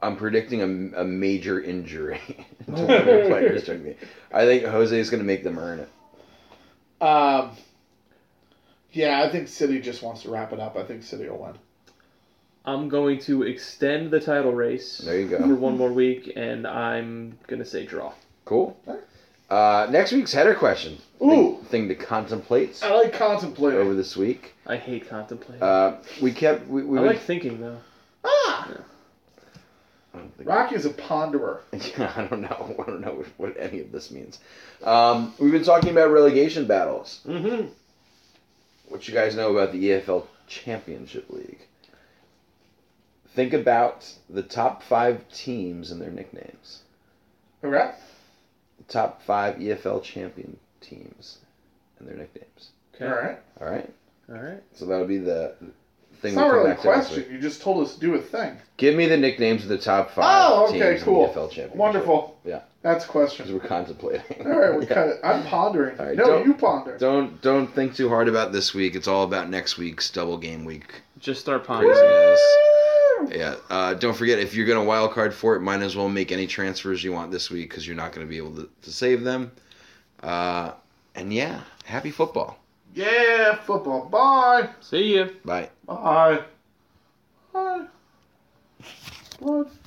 Speaker 1: I'm predicting a, a major injury to one of their players during the. I think Jose is gonna make them earn it.
Speaker 2: Um, yeah, I think City just wants to wrap it up. I think City will win.
Speaker 3: I'm going to extend the title race
Speaker 1: There you go.
Speaker 3: for one more week, and I'm going to say draw.
Speaker 1: Cool. Uh, next week's header question.
Speaker 2: Ooh.
Speaker 1: Thing, thing to contemplate
Speaker 2: I like contemplating.
Speaker 1: over this week.
Speaker 3: I hate contemplating.
Speaker 1: Uh, we kept. We, we
Speaker 3: I like thinking, though.
Speaker 2: ah,
Speaker 1: I don't think-
Speaker 2: Rocky's a ponderer.
Speaker 1: Yeah, I don't know. I don't know what, what any of this means. Um, we've been talking about relegation battles.
Speaker 3: Mm-hmm.
Speaker 1: What you guys know about the EFL Championship League? Think about the top five teams and their nicknames.
Speaker 2: All right.
Speaker 1: The top five EFL champion teams and their nicknames.
Speaker 3: Okay.
Speaker 2: All right.
Speaker 1: All right.
Speaker 3: All right.
Speaker 1: So that'll be the the thing.
Speaker 2: It's
Speaker 1: we
Speaker 2: not
Speaker 1: come
Speaker 2: really a
Speaker 1: back to next week.
Speaker 2: question. You just told us to do a thing.
Speaker 1: Give me the nicknames of the top five.
Speaker 2: Oh, okay,
Speaker 1: teams
Speaker 2: cool.
Speaker 1: In the EFL championship.
Speaker 2: Wonderful.
Speaker 1: Yeah.
Speaker 2: That's a
Speaker 1: Because
Speaker 2: question.
Speaker 1: we're contemplating.
Speaker 2: All right, we
Speaker 1: Yeah.
Speaker 2: cut it. I'm pondering.
Speaker 1: All right,
Speaker 2: no,
Speaker 1: don't-
Speaker 2: you ponder.
Speaker 1: Don't don't think too hard about this week. It's all about next week's double game week
Speaker 3: Just start pondering.
Speaker 1: craziness. Yeah. Uh, don't forget if you're gonna wild card for it, might as well make any transfers you want this week because you're not gonna be able to, to save them. Uh, and yeah, happy football.
Speaker 2: Yeah, football. Bye.
Speaker 3: See ya.
Speaker 1: Bye.
Speaker 2: Bye. Bye. Blood.